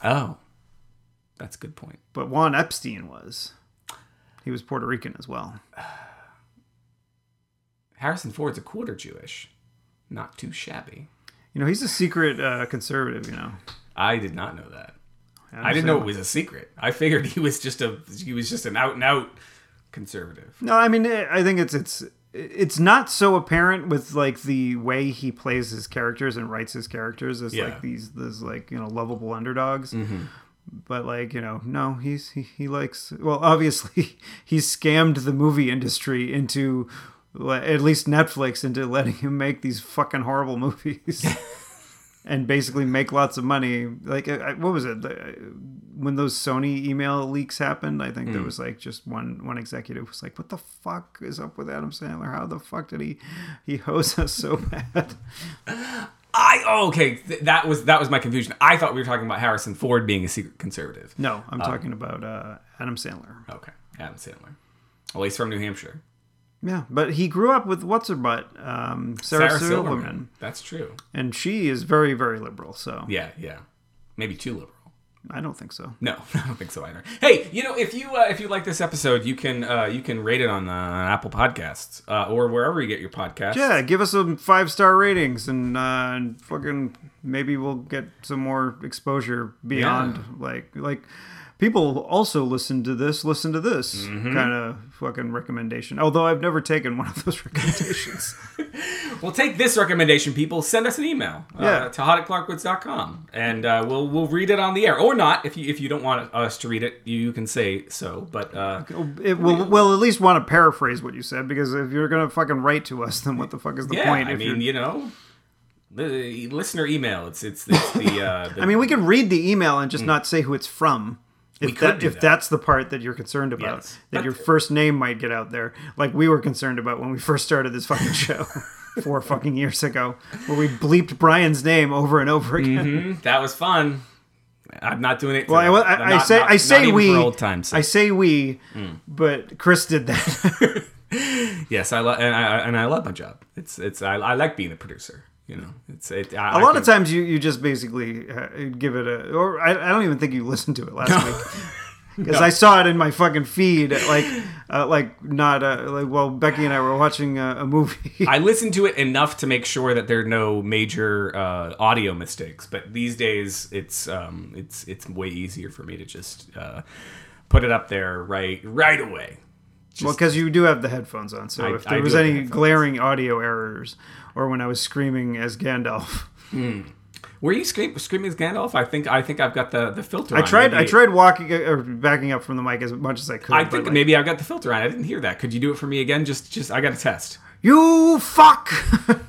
Speaker 2: Oh, that's a good point.
Speaker 1: but Juan Epstein was. He was Puerto Rican as well.
Speaker 2: Harrison Ford's a quarter Jewish. Not too shabby.
Speaker 1: You know, he's a secret uh, conservative. You know,
Speaker 2: I did not know that.
Speaker 1: And
Speaker 2: I didn't
Speaker 1: so-
Speaker 2: know it was a secret. I figured he was just a he was just an out and out conservative.
Speaker 1: No, I mean, eh, I think it's it's it's not so apparent with like the way he plays his characters and writes his characters as
Speaker 2: Yeah.
Speaker 1: like these these like you know lovable underdogs. But like you know, no, he's he, he likes well. Obviously, he scammed the movie industry into le- at least Netflix into letting him make these fucking horrible movies. And basically make lots of money. Like, I- I- what was it? The- when those Sony email leaks happened, I think there was like just one one executive was like, "What the fuck is up with Adam Sandler? How the fuck did he he hose us so bad?"
Speaker 2: I oh, okay. Th- that was that was my confusion. I thought we were talking about Harrison Ford being a secret conservative.
Speaker 1: No, I'm talking about uh, Adam Sandler.
Speaker 2: Okay, Adam Sandler. Well, he's from New Hampshire.
Speaker 1: Yeah, but he grew up with what's her butt, um, Sarah, Silverman.
Speaker 2: That's true.
Speaker 1: and she is very very liberal. So
Speaker 2: Yeah, yeah. Maybe too liberal.
Speaker 1: I don't think so.
Speaker 2: No, I don't think so either. Hey, you know, if you uh, if you like this episode, you can uh, you can rate it on, uh, on Apple Podcasts uh, or wherever you get your podcasts.
Speaker 1: Yeah, give us some five star ratings and uh, and fucking maybe we'll get some more exposure beyond like like people also listen to this, listen to this
Speaker 2: Mm-hmm.
Speaker 1: kind of fucking recommendation. Although I've never taken one of those recommendations.
Speaker 2: Well, take this recommendation, people. Send us an email uh,
Speaker 1: Yeah.
Speaker 2: to hot at clarkwoods.com, and uh, we'll we'll read it on the air or not. If you if you don't want us to read it, you can say so. But uh,
Speaker 1: it, we'll, we'll at least want to paraphrase what you said because if you're gonna fucking write to us, then what the fuck is the
Speaker 2: yeah,
Speaker 1: point?
Speaker 2: I
Speaker 1: if
Speaker 2: mean,
Speaker 1: you're-
Speaker 2: you know, the listener email. It's it's, it's the, uh, the
Speaker 1: I mean, we can read the email and just not say who it's from. If,
Speaker 2: Hmm. could
Speaker 1: that,
Speaker 2: do
Speaker 1: if
Speaker 2: that.
Speaker 1: that's the part that you're concerned about,
Speaker 2: Yes.
Speaker 1: that
Speaker 2: But-
Speaker 1: your first name might get out there, like we were concerned about when we first started this fucking show four fucking years ago, where we bleeped Brian's name over and over again.
Speaker 2: Mm-hmm. that was fun. I'm not doing it.
Speaker 1: Well, I,
Speaker 2: today.
Speaker 1: I,
Speaker 2: I'm
Speaker 1: I
Speaker 2: not-
Speaker 1: say
Speaker 2: not-
Speaker 1: I
Speaker 2: not
Speaker 1: say
Speaker 2: even
Speaker 1: we
Speaker 2: for old times.
Speaker 1: I say we, but Chris did that.
Speaker 2: yes, I love and I and I love my job. It's it's I, I like being a producer. You know, it's it. I,
Speaker 1: A lot of times you, you just basically uh, give it a, or I, I don't even think you listened to it last week. Because I saw it in my fucking feed, like, uh, like not uh, like while Becky and I were watching a, a movie.
Speaker 2: I listen to it enough to make sure that there are no major uh, audio mistakes. But these days, it's um, it's it's way easier for me to just uh, put it up there right right away.
Speaker 1: Well, because you do have the headphones on, so
Speaker 2: I-
Speaker 1: if
Speaker 2: I
Speaker 1: there
Speaker 2: do
Speaker 1: was
Speaker 2: have the
Speaker 1: any
Speaker 2: headphones.
Speaker 1: glaring audio errors, or when I was screaming as Gandalf,
Speaker 2: Were you scream, screaming as Gandalf? I think I think I've got the the filter.
Speaker 1: I
Speaker 2: on.
Speaker 1: tried. I
Speaker 2: Maybe-
Speaker 1: tried walking uh, or backing up from the mic as much as I could.
Speaker 2: I
Speaker 1: but,
Speaker 2: think
Speaker 1: like,
Speaker 2: maybe I've got the filter on. I didn't hear that. Could you do it for me again? Just just I got to test.
Speaker 1: you fuck.